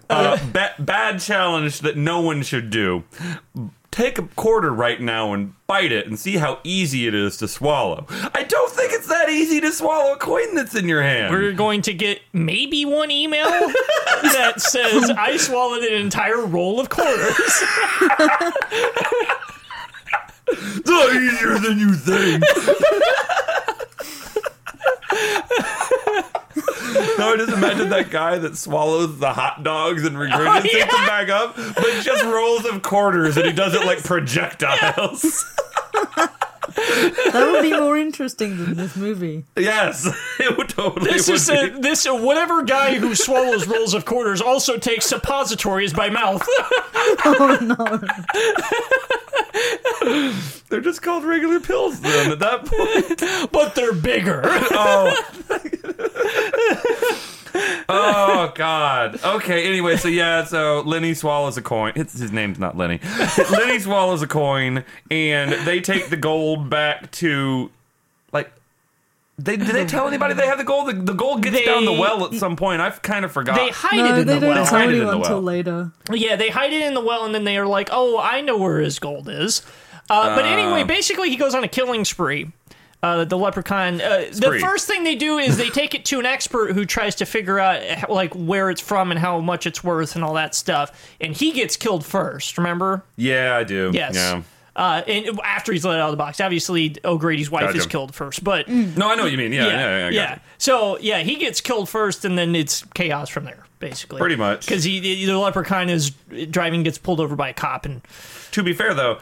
Uh, *laughs* ba- bad challenge that no one should do. Take a quarter right now and bite it and see how easy it is to swallow. I don't think it's that easy to swallow a coin that's in your hand. We're going to get maybe one *laughs* email that says I swallowed an entire roll of *laughs* quarters. It's not easier than you *laughs* think. No, I just imagine that guy that swallows the hot dogs *laughs* and regurgitates Oh, yeah. them back up, but just rolls of quarters and he does *laughs* it like projectiles. That would be more interesting than this movie. Yes, *laughs* it would totally. This would is a, be. this whatever guy who swallows rolls of quarters also takes suppositories by mouth. Oh no. They're just called regular pills then. At that point, *laughs* but they're bigger. oh. *laughs* oh God. Okay. Anyway, so yeah, so Lenny swallows a coin. It's, his name's not Lenny. *laughs* Lenny swallows a coin, and they take the gold back to, like, they did they tell anybody they have the gold? The, the gold gets They- down the well at some point. I kind of forgot. *laughs* They hide No, it in they the don't well. tell Hide it in anyone the well. until later. Yeah, they hide it in the well, and then they are like, "Oh, I know where his gold is." Uh, but anyway, Ah. basically, he goes on a killing spree. Uh, the leprechaun. Uh, the Spree. first thing they do is they take it to an expert who tries to figure out uh, like where it's from and how much it's worth and all that stuff. And he gets killed first. Remember? yeah, I do. Yes. Yeah. Uh, and after he's let out of the box, obviously O'Grady's wife Gotcha. is killed first. But No, I know what you mean. Yeah. Yeah. Yeah. yeah, I yeah. gotcha. So yeah, he gets killed first, and then it's chaos from there, basically. Pretty much. because he the leprechaun is driving, gets pulled over by a cop, and To be fair, though,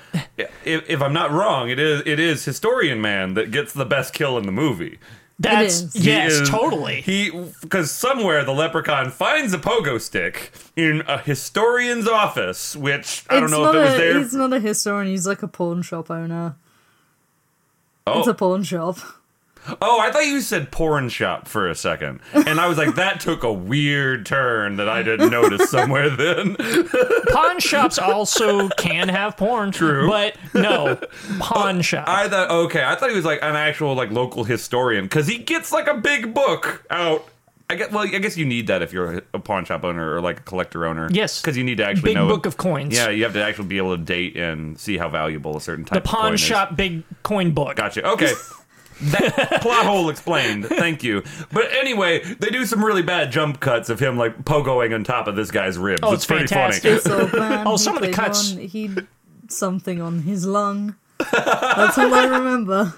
if, if I'm not wrong, it is it is historian man that gets the best kill in the movie. that's is. He yes, is- totally. He because somewhere the leprechaun finds a pogo stick in a historian's office, which I don't it's know if not it was a, there. He's not a historian, he's like a pawn shop owner. It's a Oh, pawn shop. oh, I thought you said porn shop for a second, and I was like, that took a weird turn that I didn't notice somewhere then. *laughs* pawn shops also can have porn, True. but *laughs* no pawn shop. I thought okay, I thought he was like an actual like local historian because he gets like a big book out. I guess, well, I guess you need that if you're a pawn shop owner or like a collector owner. Yes. because you need to actually Big know book of coins. Yeah, you have to actually be able to date and see how valuable a certain type the of coin pawn is. shop big coin book. Gotcha. Okay. *laughs* That plot hole explained. Thank you. But anyway, they do some really bad jump cuts of him like pogoing on top of this guy's ribs. Oh, it's, it's pretty fantastic. *laughs* This old man. Oh, he some of the played cuts. On, he something on *laughs* his lung. That's all I remember.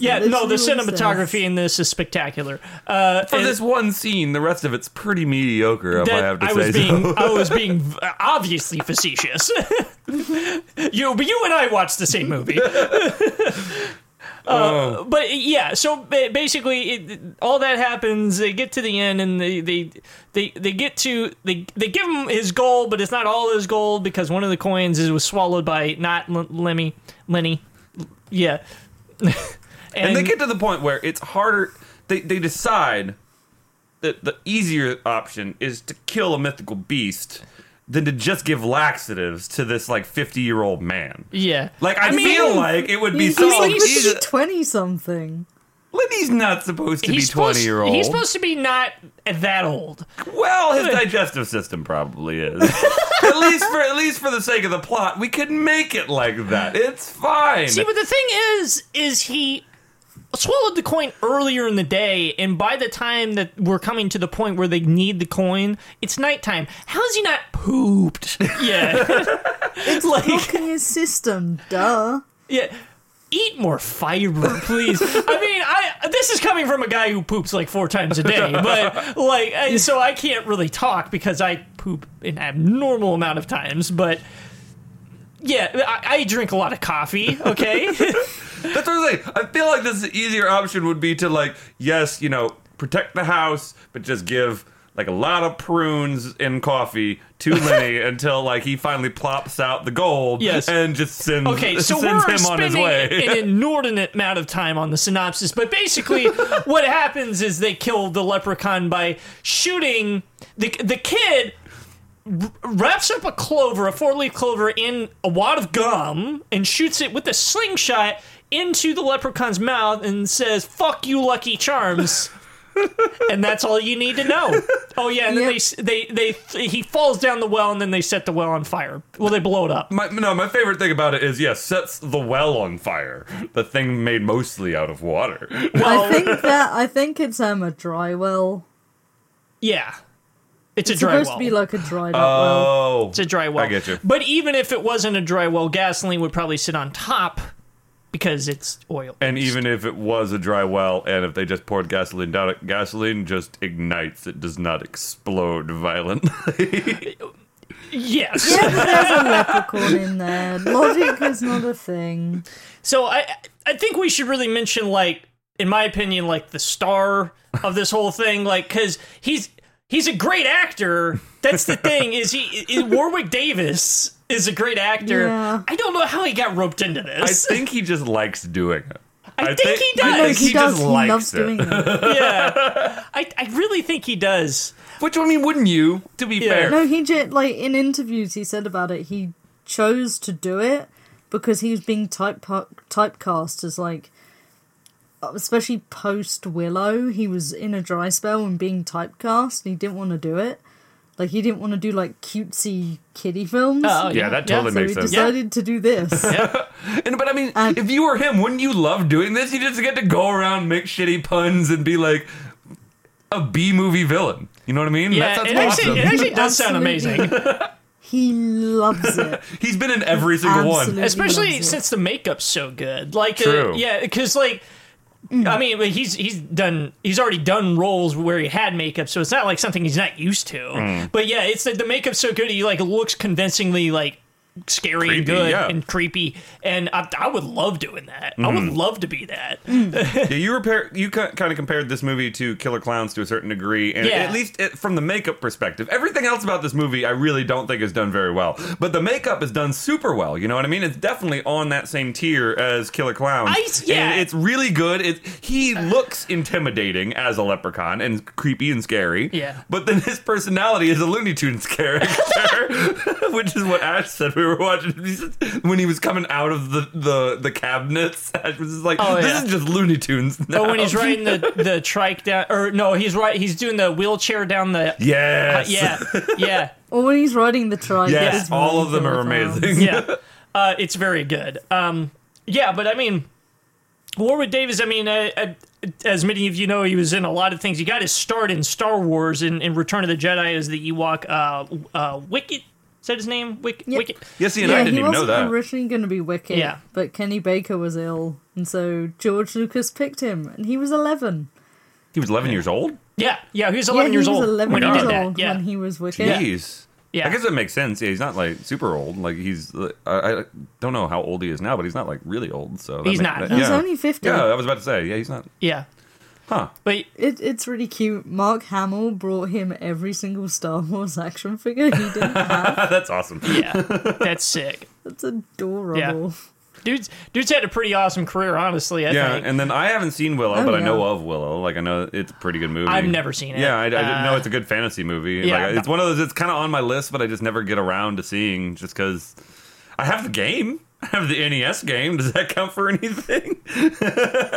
Yeah, This no, the really cinematography says- in this is spectacular. Uh, For and this one scene, the rest of it's pretty mediocre, if I that- have to I say was being, so. *laughs* I was being v- obviously facetious. *laughs* you, but you and I watched the same movie. *laughs* Oh. Uh, but yeah, so ba- basically, it, all that happens. They get to the end, and they they they, they get to they they give him his gold, but it's not all his gold because one of the coins is was swallowed by not L- Lemmy Lenny. Yeah, *laughs* and they get to the point where it's harder. They, they decide that the easier option is to kill a mythical beast than to just give laxatives to this like 50 year old man. yeah. Like, I, mean- feel like it would be He's, so. like easy- twenty something. Lenny's not supposed to be 20 supposed- year old. He's supposed to be not that old. Well, his digestive system probably is. *laughs* at least for at least for the sake of the plot, we could make it like that. It's fine. See, but the thing is, is he swallowed the coin earlier in the day, and by the time that we're coming to the point where they need the coin, it's nighttime. How's he not pooped? Yeah, *laughs* it's like Fucking his system, duh. yeah. Eat more fiber, please. I mean, I this is coming from a guy who poops like four times a day, but like, and so I can't really talk because I poop an abnormal amount of times. But yeah, I, I drink a lot of coffee. Okay, *laughs* That's what I'm saying. I feel like this easier option would be to like, yes, you know, protect the house, but just give like a lot of prunes and coffee *laughs* to Lenny until like he finally plops out the gold Yes. and just sends, Okay, so sends we're him on his spending way. *laughs* an inordinate amount of time on the synopsis, but basically, what happens is they kill the leprechaun by shooting the the kid. r- Wraps up a clover, a four leaf clover, in a wad of gum and shoots it with a slingshot into the leprechaun's mouth and says, Fuck you, Lucky Charms. *laughs* and that's all you need to know. Oh, yeah, and then Yep. they, s- they, they, he falls down the well and then they set the well on fire. Well, they blow it up. My, no, my favorite thing about it is, yes, sets the well on fire. The thing made mostly out of water. I think that I think it's um a dry well. Yeah. It's, It's a dry supposed well. Uh. to be like a dried up well. Oh, it's a dry well. I get you. But even if it wasn't a dry well, gasoline would probably sit on top because it's oil. And even if it was a dry well, and if they just poured gasoline down it, gasoline just ignites. It does not explode violently. *laughs* yes. Yeah, but there's a leprechaun in there. Logic is not a thing. *laughs* So I I think we should really mention like in my opinion like the star of this whole thing like cuz he's he's a great actor. That's the thing is he i- Warwick Davis is a great actor. Yeah. I don't know how he got roped into I this. think he just likes doing it. I think *laughs* he does. I No, think he, he, does. just he likes loves it. doing it. *laughs* yeah. I I really think he does. Which I mean, wouldn't you? To be Yeah. fair, No, he just like in interviews he said about it. He chose to do it because he was being type typecast as like, especially post Willow. He was in a dry spell and being typecast. And he didn't want to do it. Like he didn't want to do like cutesy kiddie films. Oh, yeah, that Yeah, totally so makes he sense. decided to *laughs* do this. And but I mean, if you were him, wouldn't you love doing this? You just get to go around, make shitty puns, and be like a B movie villain. You know what I mean? Yeah, That it, sounds awesome. actually, it actually does sound Absolutely. amazing, *laughs* He loves it. He's been in every single Absolutely. one. especially loves it. since the makeup's so good. Like, uh, True. yeah, because like, I mean, but he's he's done he's already done roles where he had makeup, so it's not like something he's not used to. Mm. But yeah, it's that the makeup's so good, he like looks convincingly like scary and Creepy, good yeah. and creepy, and I, I would love doing that. I Mm. would love to be that. Yeah, you repair. You kind of compared this movie to Killer Clowns to a certain degree, and Yeah. at least it, from the makeup perspective, everything else about this movie I really don't think is done very well. But the makeup is done super well. You know what I mean? It's definitely on that same tier as Killer Clowns. I- yeah. and it's really good. It he looks intimidating as a leprechaun and creepy and scary. Yeah. but then his personality is a Looney Tunes character, *laughs* which is what Ash said we were watching He said- when he was coming out of the the, the cabinets. Ash was just like, Oh, "This yeah. is just Looney Tunes. Now. But when he's riding the the trike down, or no, he's right, he's doing the wheelchair down the. *laughs* Uh, yes, Yeah, yeah. Or when he's riding the *laughs* trike. yes, it's all really of them are *laughs* good. amazing. yeah, uh, it's very good. Um, yeah, but I mean, Warwick Davis. I mean, uh, uh, as many of you know, he was in a lot of things. He got his start in Star Wars and in, Return of the Jedi as the Ewok uh, uh, Wicket. that his name? Wick- Yep. Wicket. Yeah, see, and I yeah, didn't he even know wasn't that. originally going to be Wicked, Yeah. but Kenny Baker was ill, and so George Lucas picked him, and he was 11. He was 11 years old? Yeah, yeah. He was yeah, eleven he years was old 11 Oh when he years did old that. Yeah, when he was Wicked. Jeez. Yeah. I guess that makes sense. Yeah, he's not like super old. Like he's, I, I don't know how old he is now, but he's not like really old. So that He's ma- not. that- He's yeah. only 50. Yeah, I was about to say. Yeah, he's not. *laughs* yeah. Huh. But It, it's really cute. Mark Hamill brought him every single Star Wars *laughs* action figure he didn't have. That's awesome. yeah, that's sick. *laughs* That's adorable. Dude's dude's had a pretty awesome career, honestly. I Yeah, think. and then I haven't seen Willow, Oh, but I yeah. know of Willow. Like I know it's a pretty good movie. I've never seen it. Yeah, I, I didn't know Uh, it's a good fantasy movie. yeah, like, no. it's one of those. It's kind of on my list, but I just never get around to seeing just because I have the game. *laughs* I have the NES game. Does that count for *laughs* anything?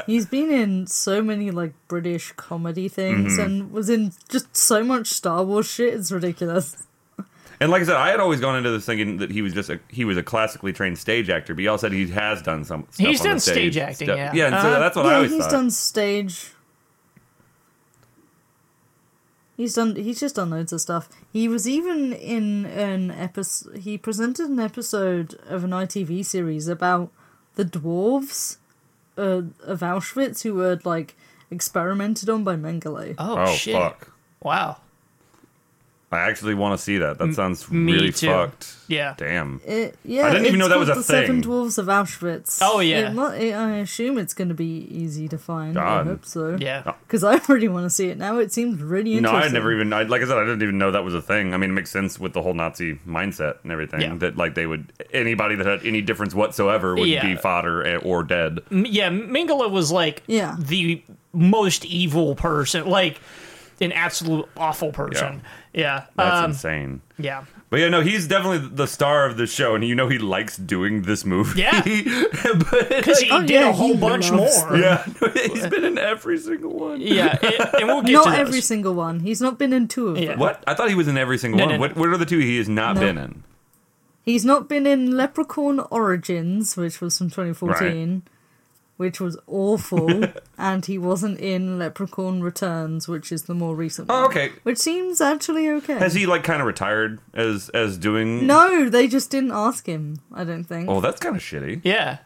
He's been in so many like British comedy Mm-hmm. things and was in just so much Star Wars shit. It's ridiculous. And like I said, I had always gone into this thinking that he was just a he was a classically trained stage actor, but he also said he has done some. Stuff He's on the done stage, stage acting, stuff. yeah. yeah. And so Uh, that's what I yeah, always he's thought. done stage. He's done. He's just done loads of stuff. He was even in an episode. He presented an episode of an ITV series about the dwarves uh, of Auschwitz who were like experimented on by Mengele. oh, oh shit! fuck! Wow. I actually want to see that. That sounds me really too. fucked. Yeah. Damn. It, yeah, didn't even it's know that was called a the Seven thing. Dwarves of Auschwitz. Oh, yeah. It mu- it- I assume it's going to be easy to find. God. I hope so. Oh. Yeah. because I *laughs* really want to see it now. It seems really No, interesting. I had never even. I, like I said, I didn't even know that was a thing. I mean, it makes sense with the whole Nazi mindset and everything Yeah. that like they would anybody that had any difference whatsoever would Yeah. be fodder and- or dead. M- yeah, Mingala was like Yeah. the most evil person, like an absolute awful person. Yeah. That's Um, insane. *laughs* yeah. But yeah, no, he's definitely the star of the show, and you know he likes doing this movie. *laughs* Yeah. but Because he Oh, did yeah, a whole he bunch loves more. yeah, *laughs* he's been in every single one. Yeah, and- and *laughs* we'll get to Not those. every single one. He's not been in two of them. Yeah. What? I thought he was in every single No, one. no, no. What, what are the two he has not No. been in? He's not been in Leprechaun Origins, which was from 2014, which was *laughs* awful, and he wasn't in Leprechaun Returns, which is the more recent. Oh, one, okay. Which seems actually okay. Has he like kind of retired as as doing? No, they just didn't ask him. I don't think. Oh, that's kind of shitty. Yeah.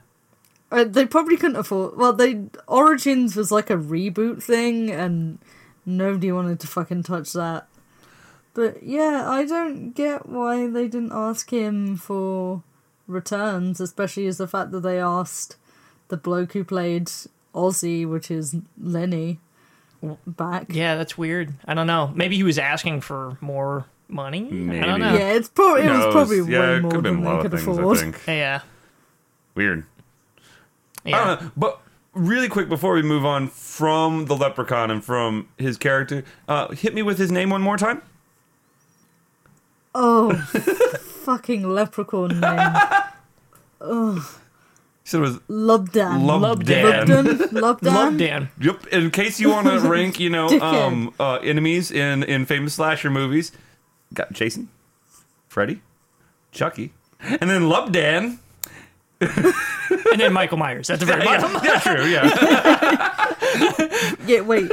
Uh, they probably couldn't afford. Well, they Origins was like a reboot thing, and nobody wanted to fucking touch that. But yeah, I don't get why they didn't ask him for returns, especially as the fact that they asked the bloke who played Ozzy, which is Lenny, back. Yeah, Yeah, that's weird. I don't know. Maybe he was asking for more money. I Maybe. don't know. Yeah. it's probably it Knows. was probably yeah, way it more could've than been a lot they could of things. afford. I think Yeah. weird. Yeah. I don't know. But really quick before we move on from the leprechaun and from his character, uh, hit me with his name one more time. Oh, fucking leprechaun name, He said it was Lubdan. Lubdan. Lubdan. Lubdan. Love Dan. Yep. In case you *laughs* want to rank, you know, Dickhead. um, uh, enemies in in famous slasher movies, got Jason, Freddy, Chucky, and then *laughs* Lubdan. And then Michael Myers at the very bottom. *laughs* Yeah, yeah, true. Yeah. Yeah, wait.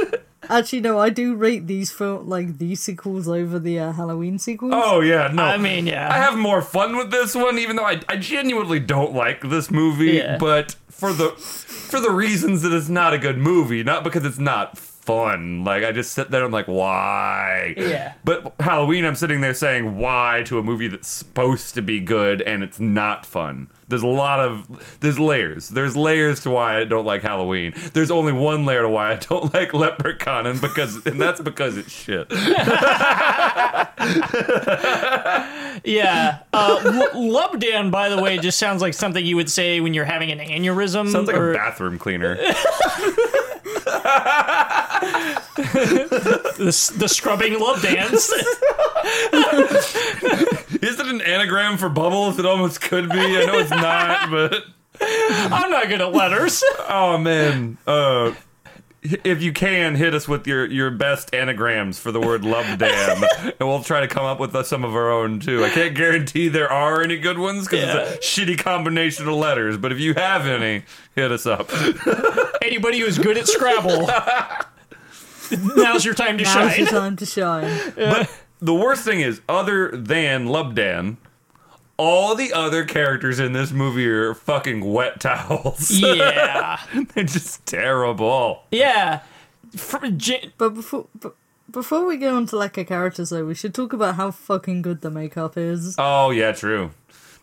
Actually, no, I do rate these film like these sequels over the uh, Halloween sequels. Oh yeah. No. I mean, yeah. I have more fun with this one, even though I, I genuinely don't like this movie. Yeah. But for the for the reasons that it's not a good movie, not because it's not fun. Like I just sit there, I'm like, why? Yeah. But Halloween, I'm sitting there saying why to a movie that's supposed to be good and it's not fun. There's a lot of there's layers. There's layers to why I don't like Halloween. There's only one layer to why I don't *laughs* like Leprechaun, and because and that's because it's shit. Yeah. Uh, L- Lubdan, by the way, just sounds like something you would say when you're having an aneurysm. Sounds like or, a bathroom cleaner. the, s- the scrubbing Lubdans. Is it an anagram for bubbles? It almost could be. I know it's not, but I'm not good at letters. oh man. Uh, h- if you can, hit us with your, your best anagrams for the word love dam, and we'll try to come up with uh, some of our own too. I can't guarantee there are any good ones because it's a shitty combination of letters. But if you have any, hit us up. Anybody who's good at Scrabble, now's your time to Now's shine. your time to shine. The worst thing is, other than Lubdan, all the other characters in this movie are fucking wet *laughs* towels. Yeah. *laughs* They're just terrible. yeah. Fr- J- But before but before we go on to like a characters though, we should talk about how fucking good the makeup is. Oh, yeah, true.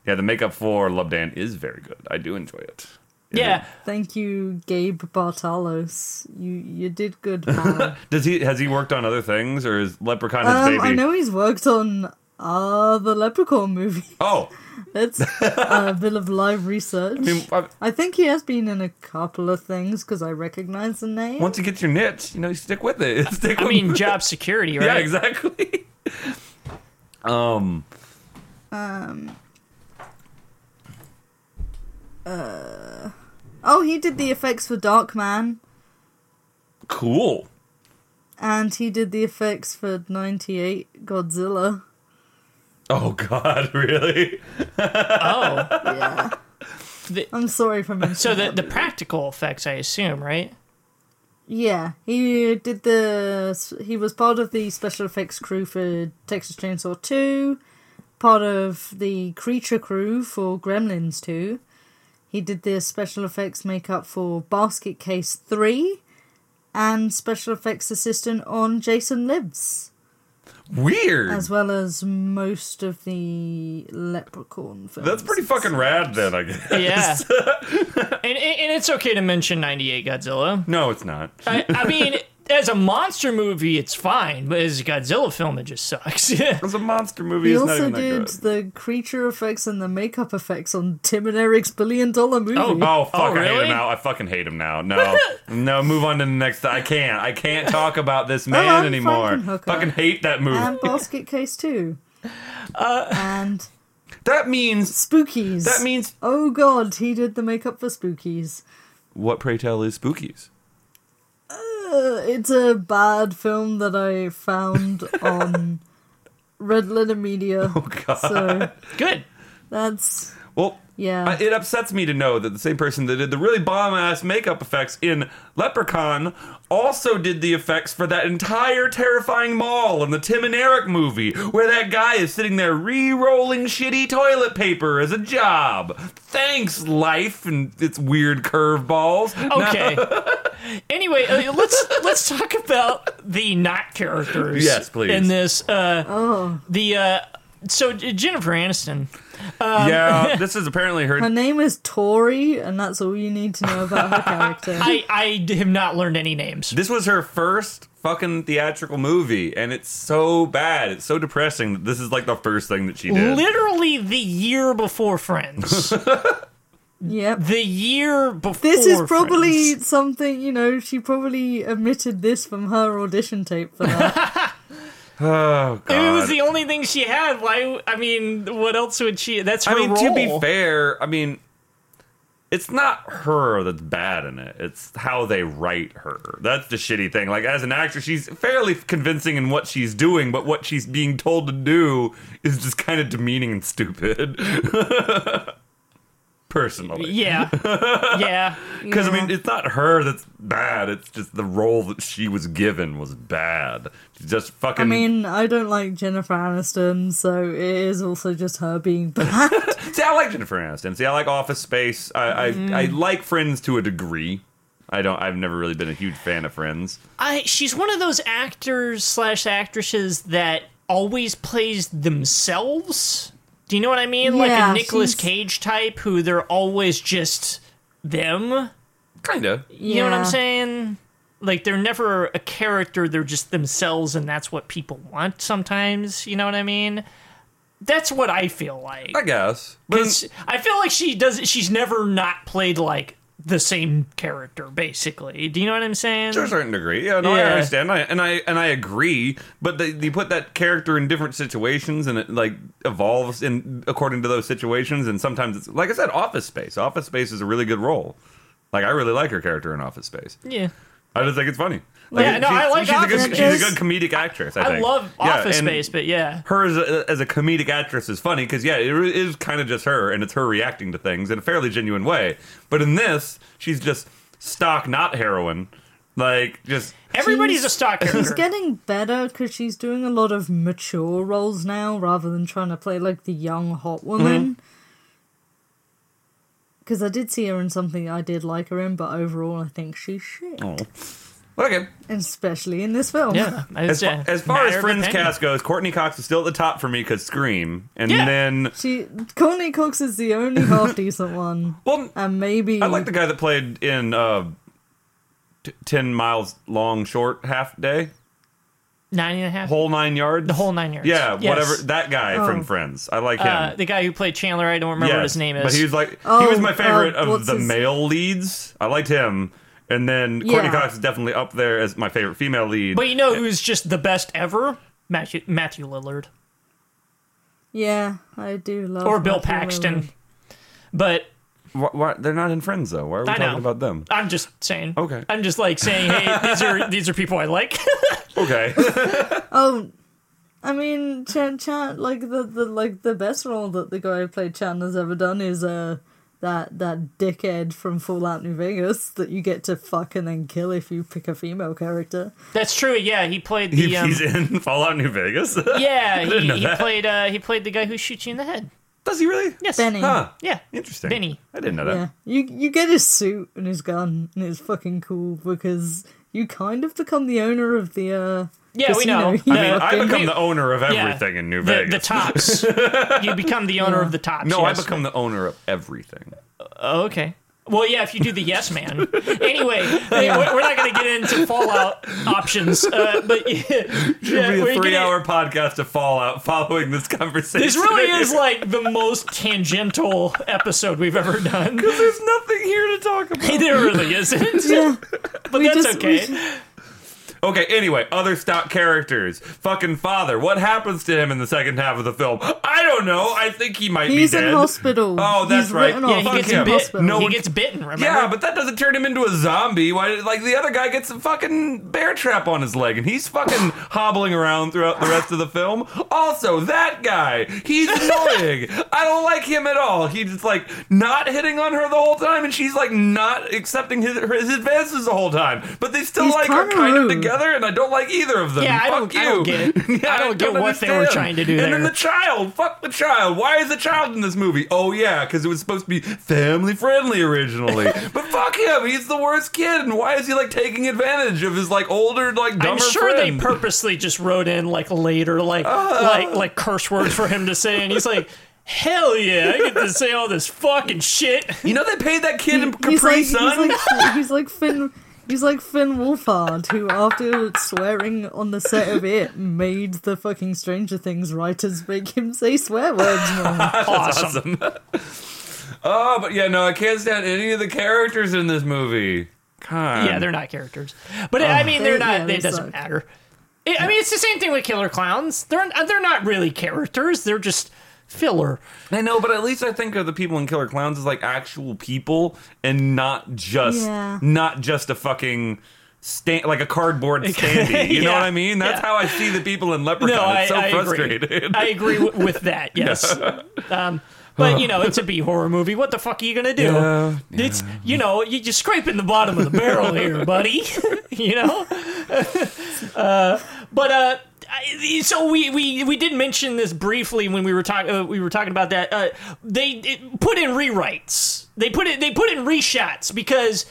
Yeah, the makeup for Lubdan is very good. I do enjoy it. yeah. Thank you, Gabe Bartalos. You you did good, *laughs* pal. Does he has he worked on other things or is Leprechaun his um, baby? I know he's worked on uh the Leprechaun movie. *laughs* Oh, That's uh, a bit of live research. I, I mean, uh, I- think he has been in a couple of things because I recognize the name. once you get your niche, you know, you stick with it. *laughs* Stick I with mean, it. job security, right? yeah, exactly. um, Oh, he did the effects for Dark Man, cool. and he did the effects for '98 Godzilla. Oh God, *laughs* really? Oh. Yeah, *laughs* The- I'm sorry for mentioning. so the, that the practical effects, I assume, right? Yeah, he did the. He was part of the special effects crew for Texas Chainsaw 2, part of the creature crew for Gremlins 2. He did the special effects makeup for Basket Case 3, and special effects assistant on Jason Lives, Weird. as well as most of the Leprechaun films. That's pretty fucking rad, then. I guess. Yeah. and, and and it's okay to mention 98 Godzilla. No, it's not. I, I mean, as a monster movie, it's fine, but as a Godzilla film, it just sucks. *laughs* Yeah. It's a monster movie. He It's not also even that did good. the creature effects and the makeup effects on Tim and Eric's billion dollar movie. Oh fuck! Oh, I hate really? him now. I fucking hate him now. *laughs* No, no. Move on to the next. I can't. I can't talk about this man I'm anymore. fucking Um, hooker. Fucking hate that movie. and basket case too. and that means. spookies. Uh, That means. Oh god, he did the makeup for spookies. What pray tell is Spookies? Uh, it's a bad film that *laughs* I found on Red Letter Media. Oh god. So Good. that's well. yeah. I, it upsets me to know that the same person that did the really bomb ass makeup effects in Leprechaun also did the effects for that entire terrifying mall in the Tim and Eric movie, where that guy is sitting there re rolling shitty toilet paper as a job. Thanks, life, and its weird curveballs. Okay. *laughs* anyway, uh, let's let's talk about the not characters. Yes, please. In this, uh, oh, the uh, so J- Jennifer *laughs* Aniston. yeah, this is apparently her her. name is Tori, and that's all you need to know *laughs* about her character. I I d- have not learned any names. This was her first fucking theatrical movie, and it's so bad. It's so depressing that this is like the first thing that she did. Literally the year before *laughs* Friends. yep. the year before. This is probably Friends. something you know. She probably omitted this from her audition tape for that. *laughs* oh, God. It was the only thing she had. Why? I mean, what else would she? That's her I mean, to be role. fair, I mean, it's not her that's bad in it. It's how they write her. That's the shitty thing. Like, as an actor, she's fairly convincing in what she's doing, but what she's being told to do is just kind of demeaning and stupid. *laughs* Personally. *laughs* Yeah. yeah. Because, I mean, it's not her that's bad. It's just the role that she was given was bad. She's just fucking. I mean, I don't like Jennifer Aniston, so it is also just her being bad. See, I like Jennifer Aniston. See, I like Office Space. I I, I Mm-hmm. like Friends to a degree. I don't. I've never really been a huge fan of Friends. I she's one of those actors slash actresses that always plays themselves. Do you know what I mean? like Yeah, a Nicolas she's- Cage type who they're always just them. You Kinda. know what I'm Yeah. saying? Like they're never a character, they're just themselves and that's what people want sometimes, you know what I mean? That's what I feel like. I guess. But 'Cause I feel like she does she's never not played like the same character basically. Do you know what I'm saying? to a certain degree, yeah. No, I Yeah. understand. I, and I and I agree. But they, they put that character in different situations, and it like evolves in according to those situations. And sometimes it's like I said, Office Space. Office Space is a really good role. Like I really like her character in Office Space. Yeah. I just think it's funny. Yeah, no, I like she's Office a good, she's a Space. good comedic actress. I, I think. love Yeah, Office and- Space, but yeah. her as a, as a comedic actress is funny because yeah, it re- is kind of just her, and it's her reacting to things in a fairly genuine way. But in this, she's just stock, not heroin. Like just Everybody's She's- a stock She's character. getting better because she's doing a lot of mature roles now rather than trying to play like the young Mm-hmm. hot woman. Because I did see her in something I did like her in, but overall I think she's shit. oh. Okay. Especially in this film. yeah, it's As, fa- a as far matter as of Friends opinion. cast goes, Courtney Cox is still at the top for me because Scream, and Yeah. then She Courtney Cox is the only half decent one. well, And maybe I like the guy that played in uh, t- Ten Miles Long Short Half Day, nine and a half. Whole Nine Yards, The Whole Nine Yards. Yeah, Yes. whatever that guy from Oh. Friends, I like him. uh, the guy who played Chandler, I don't remember what Yes, his name is. But he was like he Oh, was my favorite uh, of what's the his- male leads. I liked him. And then Courtney Yeah. Cox is definitely up there as my favorite female lead. but you know who's just the best ever? Matthew, Matthew Lillard Yeah, I do love or Bill Matthew Lillard. Paxton. But Why, why- they're not in Friends though. Why are we I talking know. about them? I'm just saying. Okay. I'm just like saying, hey, these *laughs* are these are people I like. *laughs* Okay, Oh, I mean, Chan Chan, like the, the like the best role that the guy who played Chan has ever done is uh that that dickhead from Fallout New Vegas that you get to fuck and then kill if you pick a female character. That's true. Yeah, he played he, the. Um, he's in *laughs* Fallout New Vegas. *laughs* yeah, he, know he that. played. Uh, he played the guy who shoots you in the head. Does he really? Yes. Benny. Huh. Yeah. Interesting. Benny. I didn't know that. Yeah, you you get his suit and his gun and it's fucking cool because you kind of become the owner of the uh. Yeah, we *laughs* know. casino. I mean, I Okay. become the owner of Yeah. everything in New The- Vegas. The, *laughs* tops. you become the owner of the tops. no, yes. I become the owner of everything. Oh, okay. Well, yeah, if you do the yes man. anyway, we- we're not going to get into Fallout options, uh, but *laughs* yeah, yeah, It'll be we're a gonna- three-hour podcast of Fallout following this conversation. This really *laughs* is like the most tangential episode we've ever done. *laughs* There's nothing here to talk about. There really isn't, Yeah, but we that's just- we okay. just- Okay, anyway, other stock characters. Fucking father. What happens to him in the second half of the film? I don't know. I think he might He's be dead. in hospital. Oh, that's He's right. written Yeah, off. Yeah, he Fuck gets him. bit. No he one- gets bitten. Remember? Yeah, but that doesn't turn him into a zombie. Why like the other guy gets a fucking bear trap on his leg and he's *laughs* fucking hobbling around throughout the rest of the film. Also, that guy, *laughs* he's annoying. I don't like him at all. He's just like not hitting on her the whole time and she's like not accepting his, her- his advances the whole time. But they still He's like are kinda kind of rude. together and I don't like either of them. Yeah, I Fuck don't- I don't you. get it. *laughs* Yeah, I don't get what they were understand. trying to do And then there. the child. Fuck the child. Why is the child in this movie? Oh yeah, because it was supposed to be family *laughs* friendly originally. but fuck him. He's the worst kid. And why is he like taking advantage of his like older like dumber I'm sure friend? Uh. they purposely just wrote in like later, like like like curse words for him to say, and he's like, "Hell yeah, I get to say all this fucking *laughs* shit." you know they paid that kid in Capri he's like, Sun. He's like, he's like Finn. He's like Finn Wolfhard, who after swearing on the set of it, made the fucking Stranger Things writers make him say swear words *laughs* more. awesome. awesome. oh, but yeah, no, I can't stand any of the characters in this movie. God. Yeah, they're not characters, but I mean, they're They- yeah, not. they it doesn't suck. matter. I I mean, it's the same thing with Killer Clowns. They're they're not really characters. They're just filler. I know, but at least I think of the people in Killer Clowns as like actual people and not just Yeah. not just a fucking stand like a cardboard standee. You *laughs* know Yeah. what I mean? That's Yeah. how I see the people in Leprechaun. No, I, it's so I agree. frustrating. I agree w- *laughs* with that. Yes. Um, but you know, it's a B horror movie. What the fuck are you gonna do? Yeah, It's you know, you- you're scraping the bottom of the barrel *laughs* here, buddy. *laughs* you know. *laughs* uh, but uh, I, so we, we we did mention this briefly when we were talking uh, we were talking about that. Uh, they it, put in rewrites. They put it. They put in reshots because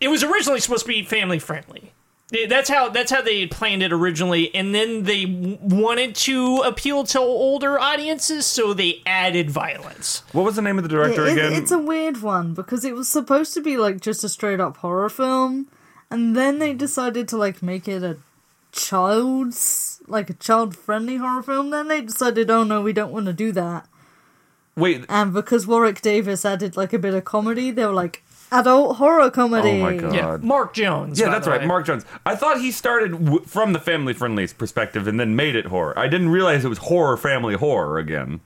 it was originally supposed to be family friendly. They- That's how that's how they had planned it originally, and then they w- wanted to appeal to older audiences, so they added violence. what was the name of the director It- again? it's a weird one because it was supposed to be like just a straight up horror film, and then they decided to like make it a child's like a child friendly horror film. Then they decided, oh no, we don't want to do that. Wait, And because Warwick Davis added like a bit of comedy, they were like adult horror oh comedy. my god. Yeah, Mark Jones. Yeah, by that's the right. way. Mark Jones. I thought he started w- from the family friendly perspective and then made it horror. I didn't realize it was horror family horror again.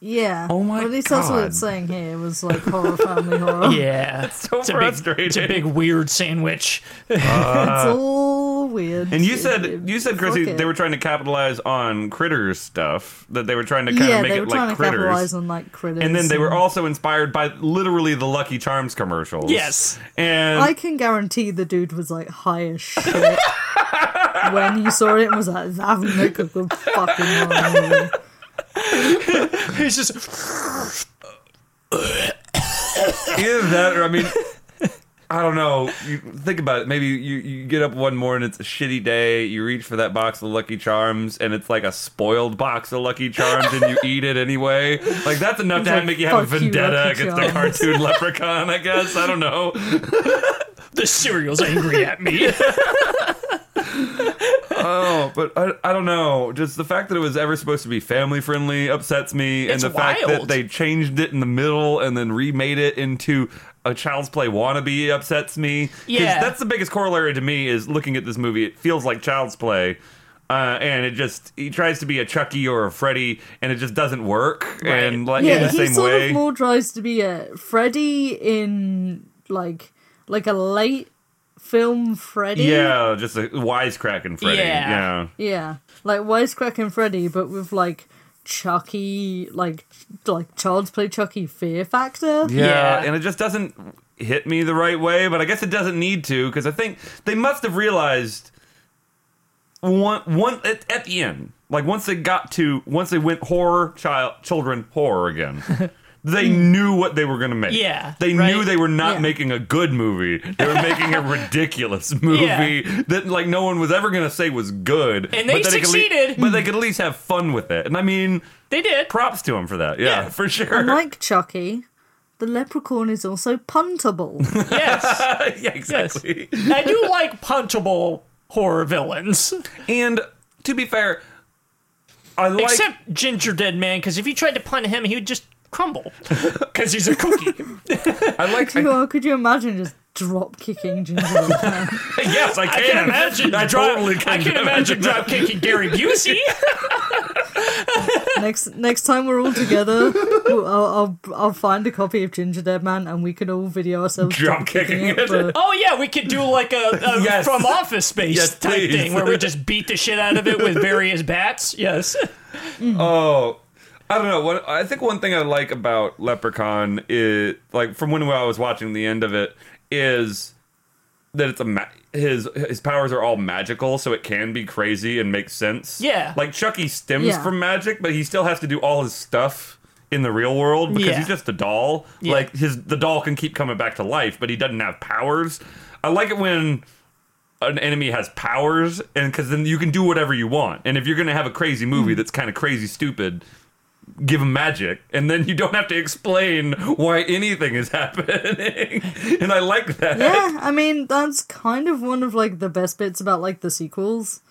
Yeah. Oh my Or At least that's what God. it's saying here was like horror *laughs* family *laughs* horror. Yeah, So it's a big, frustrating. it's a big weird sandwich. It's all weird. And you It- said it- you said Chrissy fuck it. they were trying to capitalize on critters stuff that they were trying to kind yeah, of make they it were trying like to capitalize critters. on like critters. And then they were also inspired by literally the Lucky Charms commercials. Yes. And *laughs* I can guarantee the dude was like high as shit when you saw it and was like, that would make a good fucking *laughs* movie. It's just either that or I *laughs* mean I don't know. You think about it. Maybe you, you get up one morning, it's a shitty day. You reach for that box of Lucky Charms, and it's like a spoiled box of Lucky Charms, and you eat it anyway. Like that's enough to like, make you have a "Fuck you, vendetta Lucky against the Charms." cartoon leprechaun. I guess I don't know. the cereal's angry at *laughs* me. Oh, but I, I don't know. Just the fact that it was ever supposed to be family friendly upsets me, It's and the fact that wild. they changed it in the middle and then remade it into a child's play wannabe upsets me. 'Cause Yeah. that's the biggest corollary to me is looking at this movie. It feels like child's play. Uh, and it just he tries to be a Chucky or a Freddy, and it just doesn't work. And like in Yeah, the he same sort way, of more tries to be a Freddy in like like a late film Freddy. yeah, just a wisecracking Freddy. Yeah. yeah. Yeah, like Wisecracking Freddy, but with like Chucky, like like Child's Play Chucky Fear Factor. Yeah, Yeah. and it just doesn't hit me the right way, but I guess it doesn't need to because I think they must have realized one one at, at the end, like once they got to once they went horror child children *laughs* horror again. They knew what they were going to make. Yeah, They right? knew they were not Yeah. making a good movie. They were *laughs* making a ridiculous movie that like no one was ever going to say was good. And they but that it could le- succeeded. but they could at least have fun with it. And I mean, They did. props to them for that. Yeah, Yeah. for sure. Like Chucky, the leprechaun is also puntable. Yes. yeah, *laughs* exactly. I do like punchable horror villains. And to be fair, I like Except Ginger Dead Man, because if you tried to punt him, he would just *laughs* crumble. Because he's a cookie. I *laughs* like I, well, could you imagine just drop kicking Ginger? Man? yes I can. I can imagine. I drop- totally can. I can *laughs* imagine drop kicking *laughs* Gary Busey. next next time we're all together, we'll, I'll, I'll I'll find a copy of Ginger Dead Man and we can all video ourselves Drop kicking *laughs* kicking it. it. for- Oh yeah, we could do like a, a *laughs* Yes. from Office Space Yes, type please. thing where we just beat the shit out of it with various bats. Yes. Oh, I don't know. What I think one thing I like about Leprechaun is like from when I was watching the end of it is that it's a ma- his his powers are all magical, so it can be crazy and make sense. Yeah. like Chucky stems Yeah. from magic, but he still has to do all his stuff in the real world because Yeah. he's just a doll. Yeah. Like his the doll can keep coming back to life, but he doesn't have powers. I like it when an enemy has powers, and because then you can do whatever you want. And if you're going to have a crazy Mm. movie that's kind of crazy stupid, give them magic, and then you don't have to explain why anything is *laughs* happening. and I like that. yeah, I mean that's kind of one of like the best bits about like the sequels.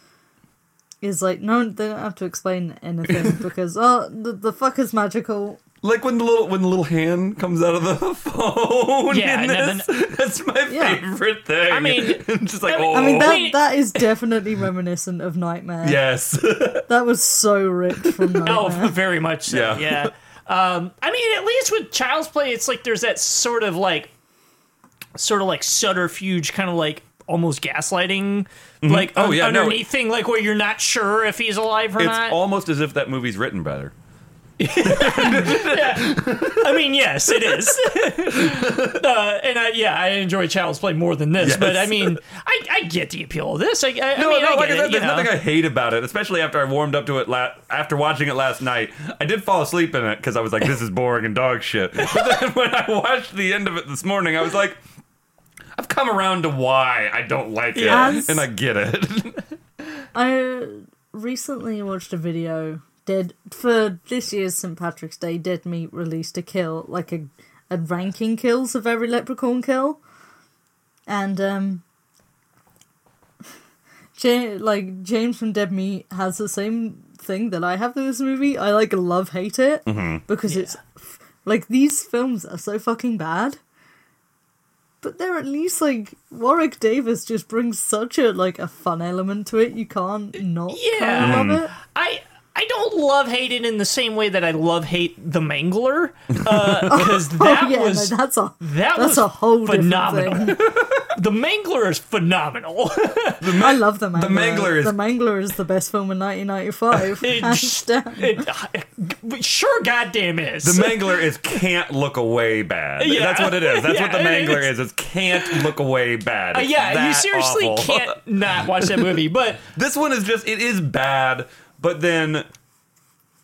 Is like no, they don't have to explain anything because oh, the the fuck is magical. Like when the little when the little hand comes out of the *laughs* phone. Yeah, in and this, that's my Yeah. favorite thing. I mean- *laughs* just like I mean- oh. I mean Wait. that that is definitely reminiscent of Nightmare. Yes. *laughs* that was so ripped from Oh, Nightmare. very much so. Yeah. Yeah. Um, I mean, at least with Child's Play, it's like there's that sort of like, sort of like subterfuge, kind of like almost gaslighting, like Oh, un- yeah, no. underneath thing, like where you're not sure if he's alive or it's not. almost as if that movie's written better. I mean, yes, it is. *laughs* uh, and I, yeah, I enjoy Child's Play more than this, but I Yes. mean, I, I get the appeal of this. I, I, I No, mean, no, I get like I it, said, you there's know. nothing I hate about it, especially after I warmed up to it la- after watching it last night. I did fall asleep in it because I was like, this is boring and dog shit. *laughs* But then when I watched the end of it this morning, I was like, I've come around to why I don't like it, Yes. and I get it. *laughs* I recently watched a video dead for this year's St. Patrick's Day. Dead Meat released a kill, like a, a ranking kills of every leprechaun kill, and um, *laughs* Ja- like James from Dead Meat has the same thing that I have with this movie. I like love hate it Mm-hmm. because it's like these films are so fucking bad. But they're at least like Warwick Davis just brings such a like a fun element to it. You can't not Yeah. Mm. kind of love it. I I don't love hate it in the same way that I love hate the Mangler *laughs* because that oh yeah, was no, that's a that that's was a whole phenomenal. different thing. the Mangler is phenomenal. *laughs* *laughs* I love the Mangler. The Mangler is- the Mangler is the best film in 1995. hands down. It- uh, it sure goddamn is. The mangler is can't look away *laughs* bad. Yeah. That's what it is. That's what the Yeah, it mangler is. is. It's can't look away bad. Uh, It's yeah, you that seriously awful. can't not watch that movie. But *laughs* This one is just it is bad, but then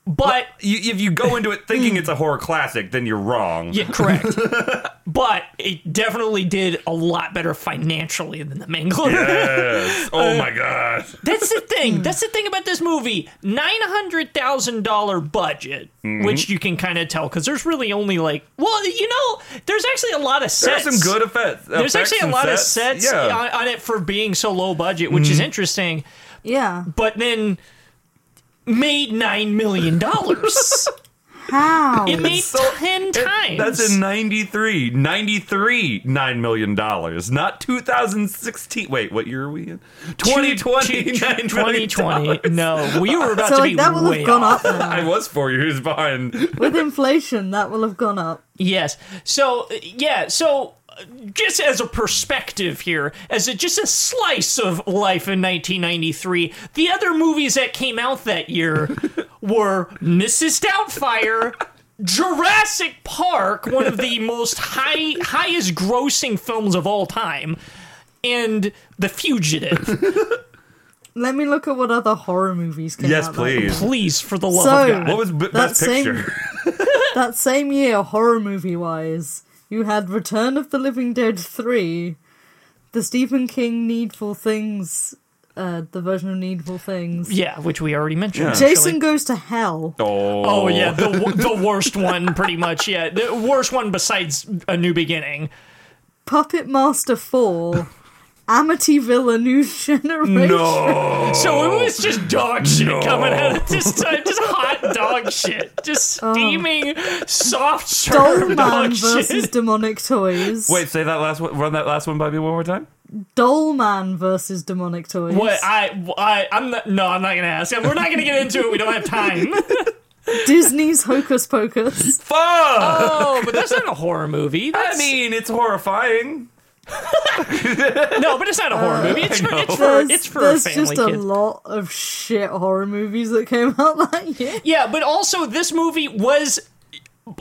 but you, if you go into it Hmm. thinking it's a horror classic, then you're wrong. yeah, *laughs* correct. but it definitely did a lot better financially than the Mangler. Yes. Oh my *laughs* gosh. That's the thing. That's the thing about this movie. Nine hundred thousand dollar budget, Mm-hmm. which you can kind of tell because there's really only like, well, you know, there's actually a lot of There's sets. some good effects. There's effects actually a and lot sets. of sets Yeah. Mm-hmm. on, on it for being so low budget, which is interesting. Yeah. But then made nine million *laughs* dollars. How? it made so- ten It- times. That's in 93. 93, $9 million. Not 2016. Wait, what year are we in? 2020. $9 million. 2020. No, we were about so to like be that will way have gone off. up *laughs* now. I was four years behind. with inflation. That will have gone up. Yes. So uh, yeah. So uh, just as a perspective here, as a, just a slice of life in 1993, the other movies that came out that year *laughs* were Mrs. Doubtfire. Jurassic Park, one of *laughs* the most high highest grossing films of all time, and The *laughs* Fugitive. Let me look at what other horror movies came Yes, out. that year. please. Please, for the love So- of What God. was b- That best same- picture? *laughs* That same year, horror movie wise, you had Return of the Living Dead 3, the Stephen King Needful Things, uh, the version of Needful Things, Yeah, which we already mentioned. Yeah. actually. Jason Goes to Hell. Oh, Oh yeah, *laughs* the wo- the worst one, pretty much. Yeah, the worst one besides A New Beginning. Puppet *laughs* Master 4, Amityville: A New *laughs* Generation. No. So it was just dog shit coming out of this time, just hot dog shit, just steaming soft serve *laughs* Doll dog Man versus shit. Demonic Toys. Wait, say that last one. Run that last one by me one more time. Doll Man versus Demonic Toys. What I I I'm not, no I'm not gonna ask. We're not gonna get into it. We don't have *laughs* time. Disney's Hocus *laughs* Pocus. Fuck! Oh, but that's not a horror movie. I That's, mean, it's horrifying. no, but it's not a horror movie. It's for it's for, There's, it's for there's family just a kids. lot of shit horror movies that came out *laughs* that year. Yeah, but also this movie was.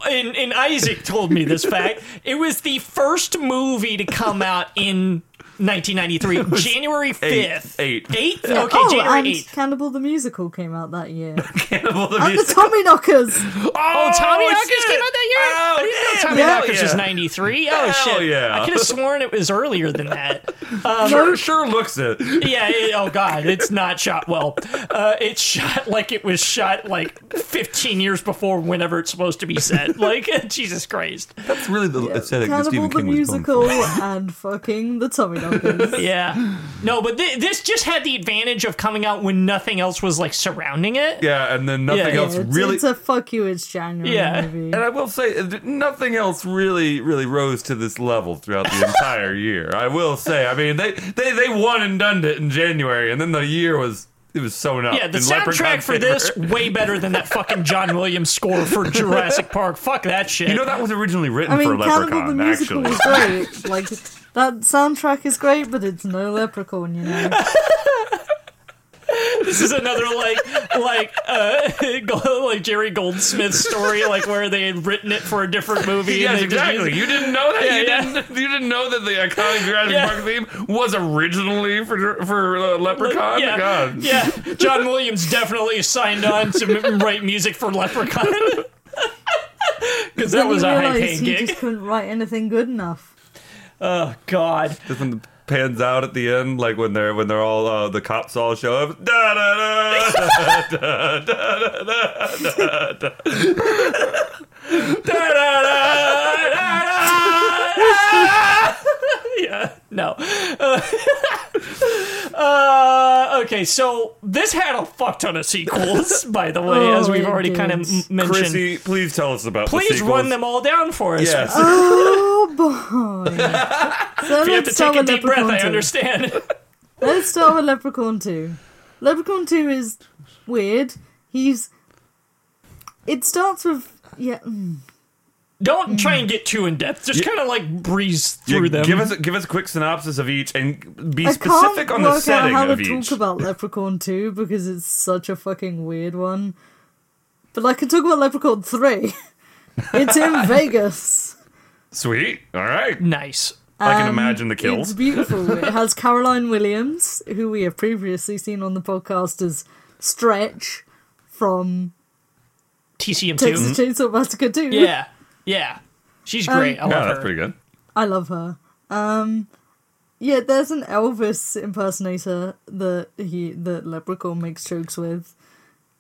And, and Isaac told me this *laughs* fact. It was the first movie to come out in 1993, January 5th. eight. *laughs* Eighth? Okay, oh, January and 8th. Cannibal the Musical came out *laughs* that year. Cannibal the and the Music. Tommy Knockers. Oh, Tommy shit. Knockers came out that year? Oh, I didn't know damn, Tommy hell Knockers was yeah. 93. Oh, Hell shit. yeah. I could have sworn it was earlier than *laughs* that. *laughs* Sure, sure looks it. Yeah, it- oh, God, it's not shot well. Uh, it's shot like it was shot like 15 years before whenever it's supposed to be *laughs* set. Like, *laughs* Jesus Christ. That's really the aesthetic that Cannibal Stephen the King was going Musical *laughs* for. and fucking the Tommy Knockers. Yeah. No, but th- this just had the advantage of coming out when nothing else was like surrounding it. Yeah, and then nothing Yeah, else it's, really. it's a fuck you, it's January Yeah. movie. and I will say, uh, th- nothing else really, really rose to this level throughout *laughs* the entire year. I will say, I mean, they they they won and done it in January, and then the year was it was sewn up. Yeah, the in leprechaun soundtrack for this favor. way better than that fucking John Williams score for *laughs* Jurassic Park. Fuck that shit. You know that was originally written I mean, for Cannibal the Leprechaun, Musical actually. was great. Like, that soundtrack is great, but it's no Leprechaun, *laughs* you know. this is another like like uh *laughs* like Jerry Goldsmith story like where they had written it for a different movie. and Yes, they just exactly. used- You didn't know that. you, yeah. Didn't, you didn't know that the iconic Jurassic Yeah. Park theme was originally for for uh, Leprechaun. yeah, God. yeah. John Williams definitely signed on to m- write music for Leprechaun *laughs* because that Then was you a high realise paying he gig. just couldn't write anything good enough. Oh God. Just when the pans out at the end, like when they're when they're all uh, the cops all show up. Da da da. yeah, no. *laughs* Uh, uh, okay, so this had a fuck ton of sequels, by the way, as Oh, we've it already kind of did. m- mentioned. Chrissy, please tell us about. the Please sequels. run them all down for us. Yes. Oh *laughs* boy! so You have let's to take start a with deep breath, Leprechaun I 2. understand. *laughs* Let's start with Leprechaun 2. Leprechaun 2 is weird He's. It starts with yeah. mm. Don't try and get too in depth. Just kind of like breeze Yeah, through them. Give us a, give us a quick synopsis of each and be I specific can't on work the setting out how of to each. talk about Leprechaun Two because it's such a fucking weird one. But I can talk about *laughs* Leprechaun Three. it's in Vegas. Sweet. All right. nice. I can imagine the Um, It's kills. beautiful. It has Caroline Williams, who we have previously seen on the podcast as Stretch from TCM2. Texas Um, Chainsaw Massacre 2. Mm-hmm. *laughs* Yeah. Yeah. She's great. I Yeah, love that's her. pretty *laughs* good. I love her. Um, yeah, there's an Elvis impersonator that he that Leprechaun makes jokes with.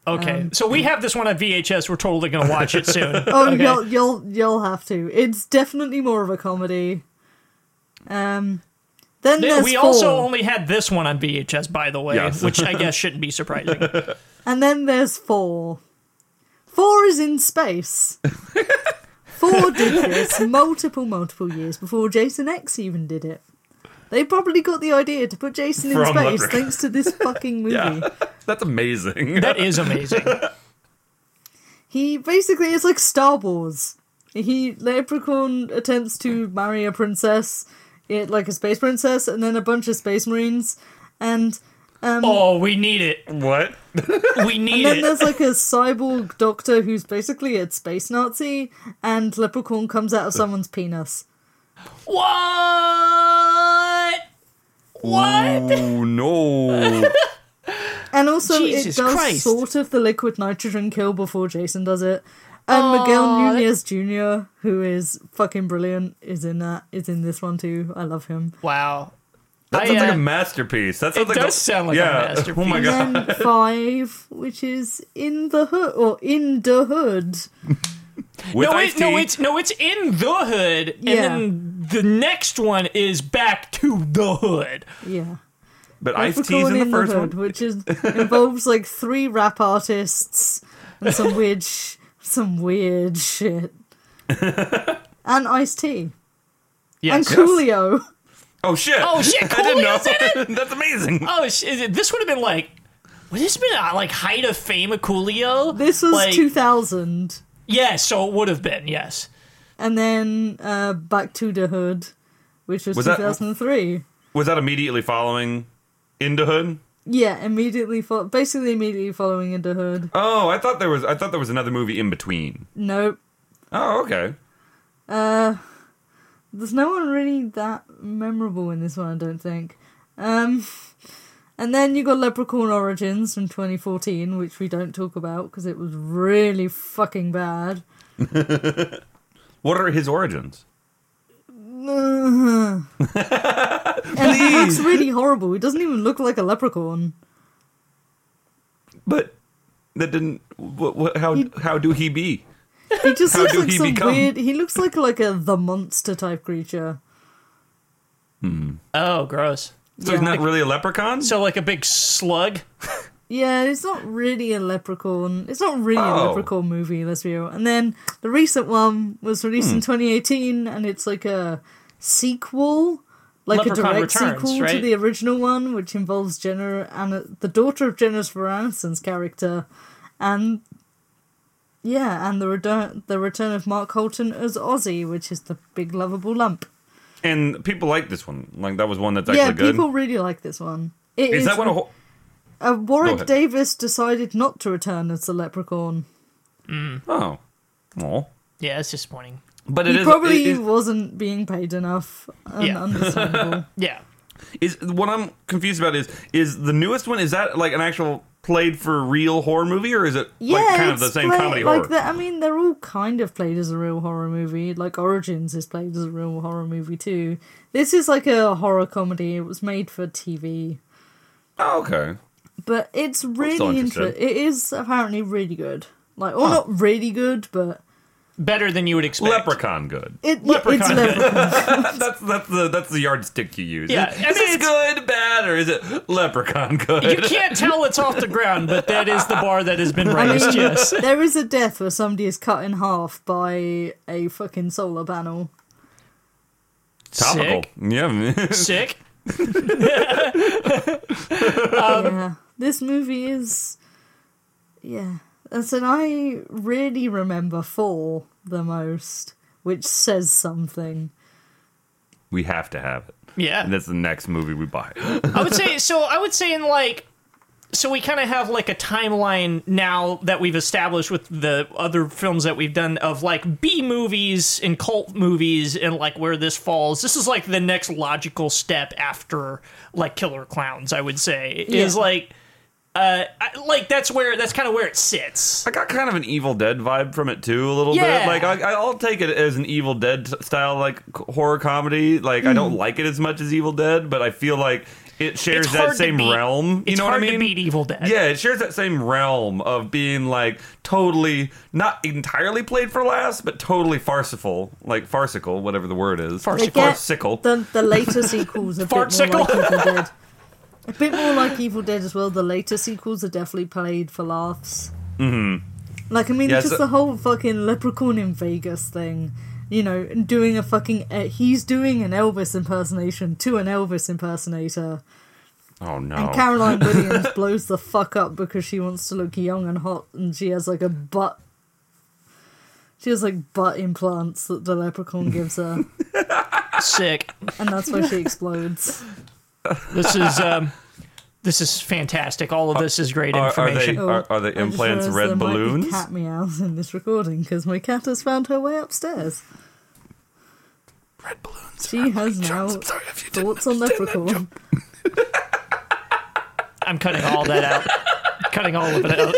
Okay. so we have this one on VHS. We're totally going to watch it soon. Um, *laughs* Oh, you'll you'll you'll have to. It's definitely more of a comedy. Um, then Th- there's we four, also only had this one on VHS, by the way, Yes. which I guess shouldn't be *laughs* surprising. and then there's four. Four is *laughs* in space. four did this multiple multiple years before Jason X even did it. They probably got the idea to put Jason in From space Leprechaun. thanks *laughs* to this fucking movie. Yeah. *laughs* That's amazing. That is amazing. He basically is like Star Wars. He Leprechaun attempts to marry a princess, eh, like a space princess, and then a bunch of space marines, and Oh, we need it. *laughs* what? We need then it. there's like a cyborg doctor who's basically a space Nazi, and Leprechaun comes out of someone's penis. What? What? *laughs* Oh no. And also, Jesus it does Christ. sort of the liquid nitrogen kill before Jason does it. And Miguel Nunez Jr., who is fucking brilliant, is in that. Is in this one too. I love him. Wow. That I, sounds like uh, a masterpiece. That sounds it like does a, sound like a yeah. masterpiece. Oh my god. *laughs* And then five, which is in the hood or in the hood. With no, Ice-T. it, no, it's no, it's in the hood, Yeah. and then the next one is back to the hood. Yeah. but Ice T's in the first Hood, one. which is involves like three rap artists and some weird sh- some weird shit. and Ice T. And Yes. Coolio. Oh shit. Oh, shit, *laughs* I didn't Coolio's know. *laughs* That's amazing. Oh, sh- is it- this would have been like. Would this have been uh, like height of fame of Coolio? This was like, two thousand. Yeah, so it would have been. Yes. And then uh, Back to the Hood, which was, Was two that- thousand and three. Was that immediately following Into Hood? Yeah, immediately fo- basically immediately following Into Hood. Oh, I thought there was I thought there was another movie in between. Nope. Oh, okay. Uh, there's no one really that memorable in this one, I don't think. Um, and then you got Leprechaun Origins from 2014, which we don't talk about because it was really fucking bad. *laughs* What are his origins? and he looks really horrible. He doesn't even look like a leprechaun. But that didn't. What, what, how how do he be? He just How looks do like he some become? weird. He looks like like a the monster type creature. Oh, gross. So Yeah. he's not really a leprechaun. So like a big slug. Yeah, it's not really a leprechaun. It's not really a Oh. leprechaun movie, let's be real. And then the recent one was released Hmm. in 2018, and it's like a sequel, like Leprechaun a direct Returns, sequel to right? the original one, which involves Jenna and the daughter of Jennifer Aniston's character, and yeah, and the return the return of Mark Holton as Ozzy, which is the big lovable lump. and people like this one. Like that was one that's yeah, actually good. people really like this one. It is that what a whole? uh, Warwick ahead. Davis decided not to return as the leprechaun. Oh, oh. Yeah, that's disappointing. But it He is, probably it is, wasn't being paid enough. And Yeah. *laughs* understandable. Yeah. is what I'm confused about is is the newest one is that like an actual played for real horror movie or is it yeah, like kind of it's the same play- comedy like horror? the- I mean, they're all kind of played as a real horror movie. Like Origins is played as a real horror movie too. This is like a horror comedy. It was made for TV, Oh, okay. but it's interested. really interesting. It is apparently really good. Like, or not really good, but Better than you would expect. Leprechaun good. it, yeah, it's Leprechaun. *laughs* leprechaun. That's that's the that's the yardstick you use. Yeah, Is, I mean, this good, bad, or is it leprechaun good? You can't tell it's off the ground, but that is the bar that has been I raised. mean, yes. there is a death where somebody is cut in half by a fucking solar panel. Topical. Sick. Yeah. *laughs* Sick. yeah. This movie is Yeah. That's and I really remember four the most, which says something. We have to have it. Yeah. And that's the next movie we buy. I would say so. I would say in like so we kind of have like a timeline now that we've established with the other films that we've done of like B movies and cult movies and like where this falls. This is like the next logical step after like Killer Clowns. I would say is Yeah. like. Uh, I, like that's where that's kind of where it sits. I got kind of an Evil Dead vibe from it too, a little Yeah. bit. Like I, I'll take it as an Evil Dead style like c- horror comedy. Like I don't like it as much as Evil Dead, but I feel like it shares Hmm. It's hard that to same beat- realm. You it's know hard what I mean? to beat Evil Dead. Yeah, it shares that same realm of being like totally not entirely played for laughs, but totally farcical, like farcical, whatever the word is. Farcical. They Like get Farcical. The, the later sequels are a bit more Fartsicle. like Evil Dead. A bit more like Evil Dead as well. The later sequels are definitely played for laughs. Mm-hmm. Like, I mean, Yeah, just so- the whole fucking leprechaun in Vegas thing. You know, and doing a fucking. Uh, he's doing an Elvis impersonation to an Elvis impersonator. oh no. *laughs* And Caroline Williams blows the fuck up because she wants to look young and hot, and she has like a butt. She has like butt implants that *laughs* the leprechaun gives her, Sick. and that's why she explodes. This is um, this is fantastic. All of this is great Are- are they- information. *laughs* Are- are the Oh, I just implants realised red there might be balloons? cat meows in this recording because my cat has found her way upstairs. Red balloons. She has now I'm sorry if you didn't. thoughts on leprechaun. *laughs* I'm cutting all that out. cutting all of it out.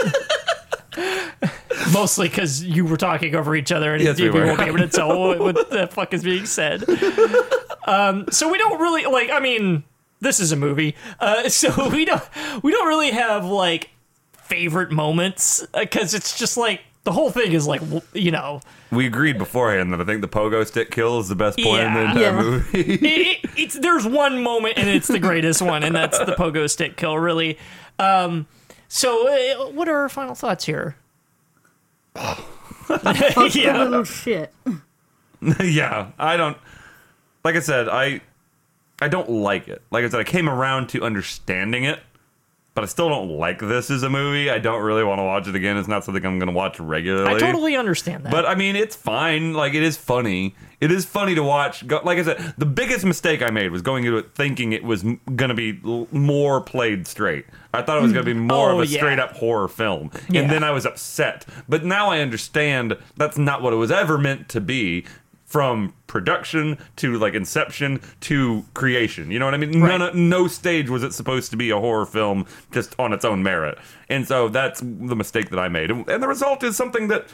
Mostly because you were talking over each other and Yes, we, we were. won't be able to tell what, what the fuck is being said. Um, so we don't really like. I mean, this is a movie, uh, so *laughs* we don't we don't really have like favorite moments because it's just like the whole thing is like w- you know we agreed beforehand that I think the pogo stick kill is the best point in the Yeah. entire Yeah. movie. *laughs* it, it- it's there's one moment and it's the greatest one, and that's the pogo stick kill. Really. Um, so, uh, what are our final thoughts here? *laughs* Fuck the yeah, little shit. yeah, I don't. Like I said, I I don't like it. Like I said, I came around to understanding it, but I still don't like this as a movie. I don't really want to watch it again. It's not something I'm going to watch regularly. I totally understand that. But I mean, it's fine. Like it is funny. It is funny to watch. Go- Like I said, the biggest mistake I made was going into it thinking it was m- gonna be l- more played straight. I thought it was gonna be more Oh, of a yeah. straight up horror film, Yeah. and then I was upset. But now I understand that's not what it was ever meant to be. From production to like inception to creation, you know what I mean. Right. None of, no stage was it supposed to be a horror film just on its own merit, and so that's the mistake that I made. And and the result is something that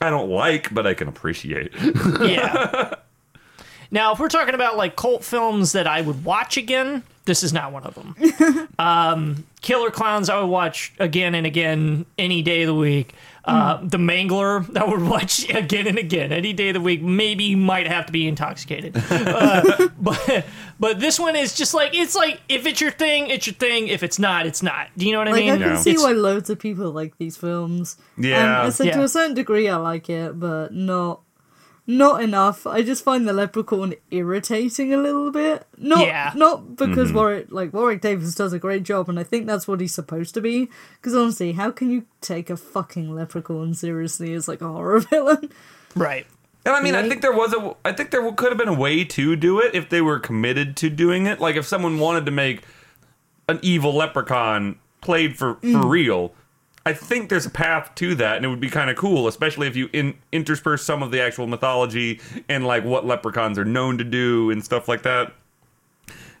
I don't like, but I can appreciate. *laughs* yeah. *laughs* Now, if we're talking about like cult films that I would watch again, this is not one of them. um, *laughs* Killer Clowns, I would watch again and again any day of the week. Uh, Hmm. The Mangler, I would *laughs* watch again and again any day of the week. Maybe might have to be intoxicated, *laughs* Uh, but but this one is just like it's like if it's your thing, it's your thing. If it's not, it's not. Do you know what I Like I mean? can No. see It's- why loads of people like these films. Yeah. and I said Yeah. to a certain degree I like it, but not not enough. I just find the Leprechaun irritating a little bit. Not Yeah. not because Warwick like Warwick Davis does a great job, and I think that's what he's supposed to be. Because honestly, how can you take a fucking Leprechaun seriously as like a horror *laughs* villain? right. And I mean, I Right. think there was a, I think there could have been a way to do it if they were committed to doing it. Like if someone wanted to make an evil leprechaun played for for real, I think there's a path to that, and it would be kind of cool, especially if you in, intersperse some of the actual mythology and like what leprechauns are known to do and stuff like that.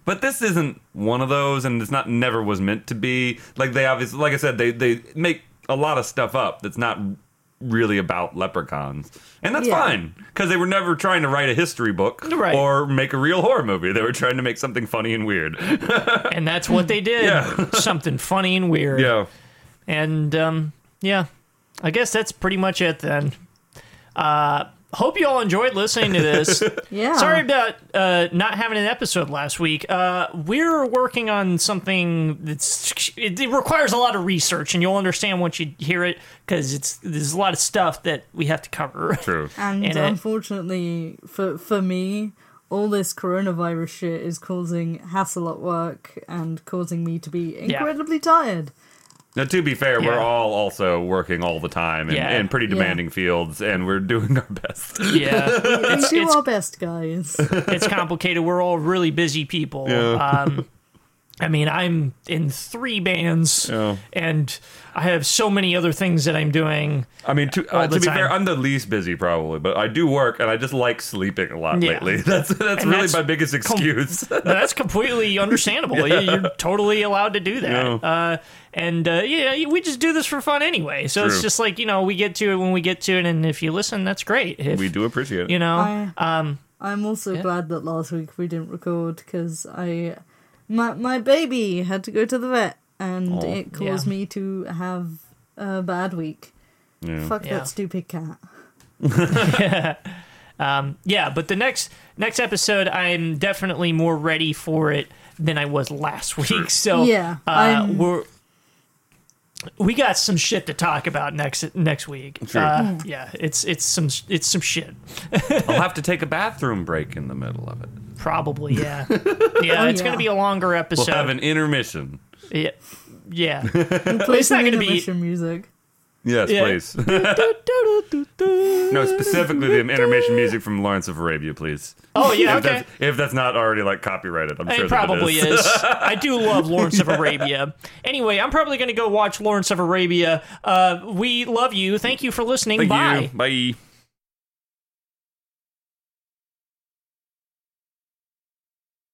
But this isn't one of those, and it's not never was meant to be. Like they obviously, like I said, they they make a lot of stuff up that's not really about leprechauns, and that's Yeah. fine because they were never trying to write a history book Right. or make a real horror movie. They were trying to make something funny and weird. And that's what they did. Yeah. Something funny and weird. yeah, And um, yeah, I guess that's pretty much it then. Uh, hope you all enjoyed listening to this. Yeah. Sorry about uh, not having an episode last week. Uh, we're working on something that's it, it requires a lot of research, and you'll understand once you hear it because it's there's a lot of stuff that we have to cover. true. And in it. unfortunately, for for me, all this coronavirus shit is causing hassle at work and causing me to be incredibly tired. Now, to be fair, Yeah. we're all also working all the time in, Yeah. in pretty Yeah. demanding fields, and we're doing our best. Yeah, *laughs* We do it's- Uh-huh. our best, guys. *laughs* it's complicated. We're all really busy people. Um, I mean, I'm in three bands, Yeah. and I have so many other things that I'm doing. I mean, to, uh, All the to be fair, time. I'm the least busy probably, but I do work, and I just like sleeping a lot Yeah. lately. *laughs* That's that's And really that's my biggest com- *laughs* excuse. No, that's completely *laughs* understandable. You- You're totally allowed to do that. Yeah. Uh, and uh, yeah, we just do this for fun anyway. So it's True. just like you know, we get to it when we get to it, and if you listen, that's great. If, we do appreciate it. you know, I- um, I'm also glad that last week we didn't record because I, my my baby had to go to the vet and it caused Oh, Yeah. me to have a bad week. Fuck Yeah. that stupid cat. yeah. But the next next episode, I'm definitely more ready for it than I was last week. So Yeah, uh, I'm- we're. We got some shit to talk about next next week. Uh, Mm. yeah, it's it's some it's some shit. I'll have to take a bathroom break in the middle of it. Probably, *laughs* yeah, yeah. it's Oh, yeah. gonna be a longer We'll episode. have an intermission. Yeah. *laughs* Yeah. Play not some gonna be- *laughs* intermission music. Yes, Yeah. please. *laughs* no, specifically the intermission music from Lawrence of Arabia, please. Oh yeah, If okay. that's, if that's not already like copyrighted, I'm sure It that probably it is. is. I do love Lawrence of Arabia. Anyway, I'm probably going to go watch Lawrence of Arabia. Uh, we love you. Thank you for listening. *laughs* Thank Bye. you. Bye.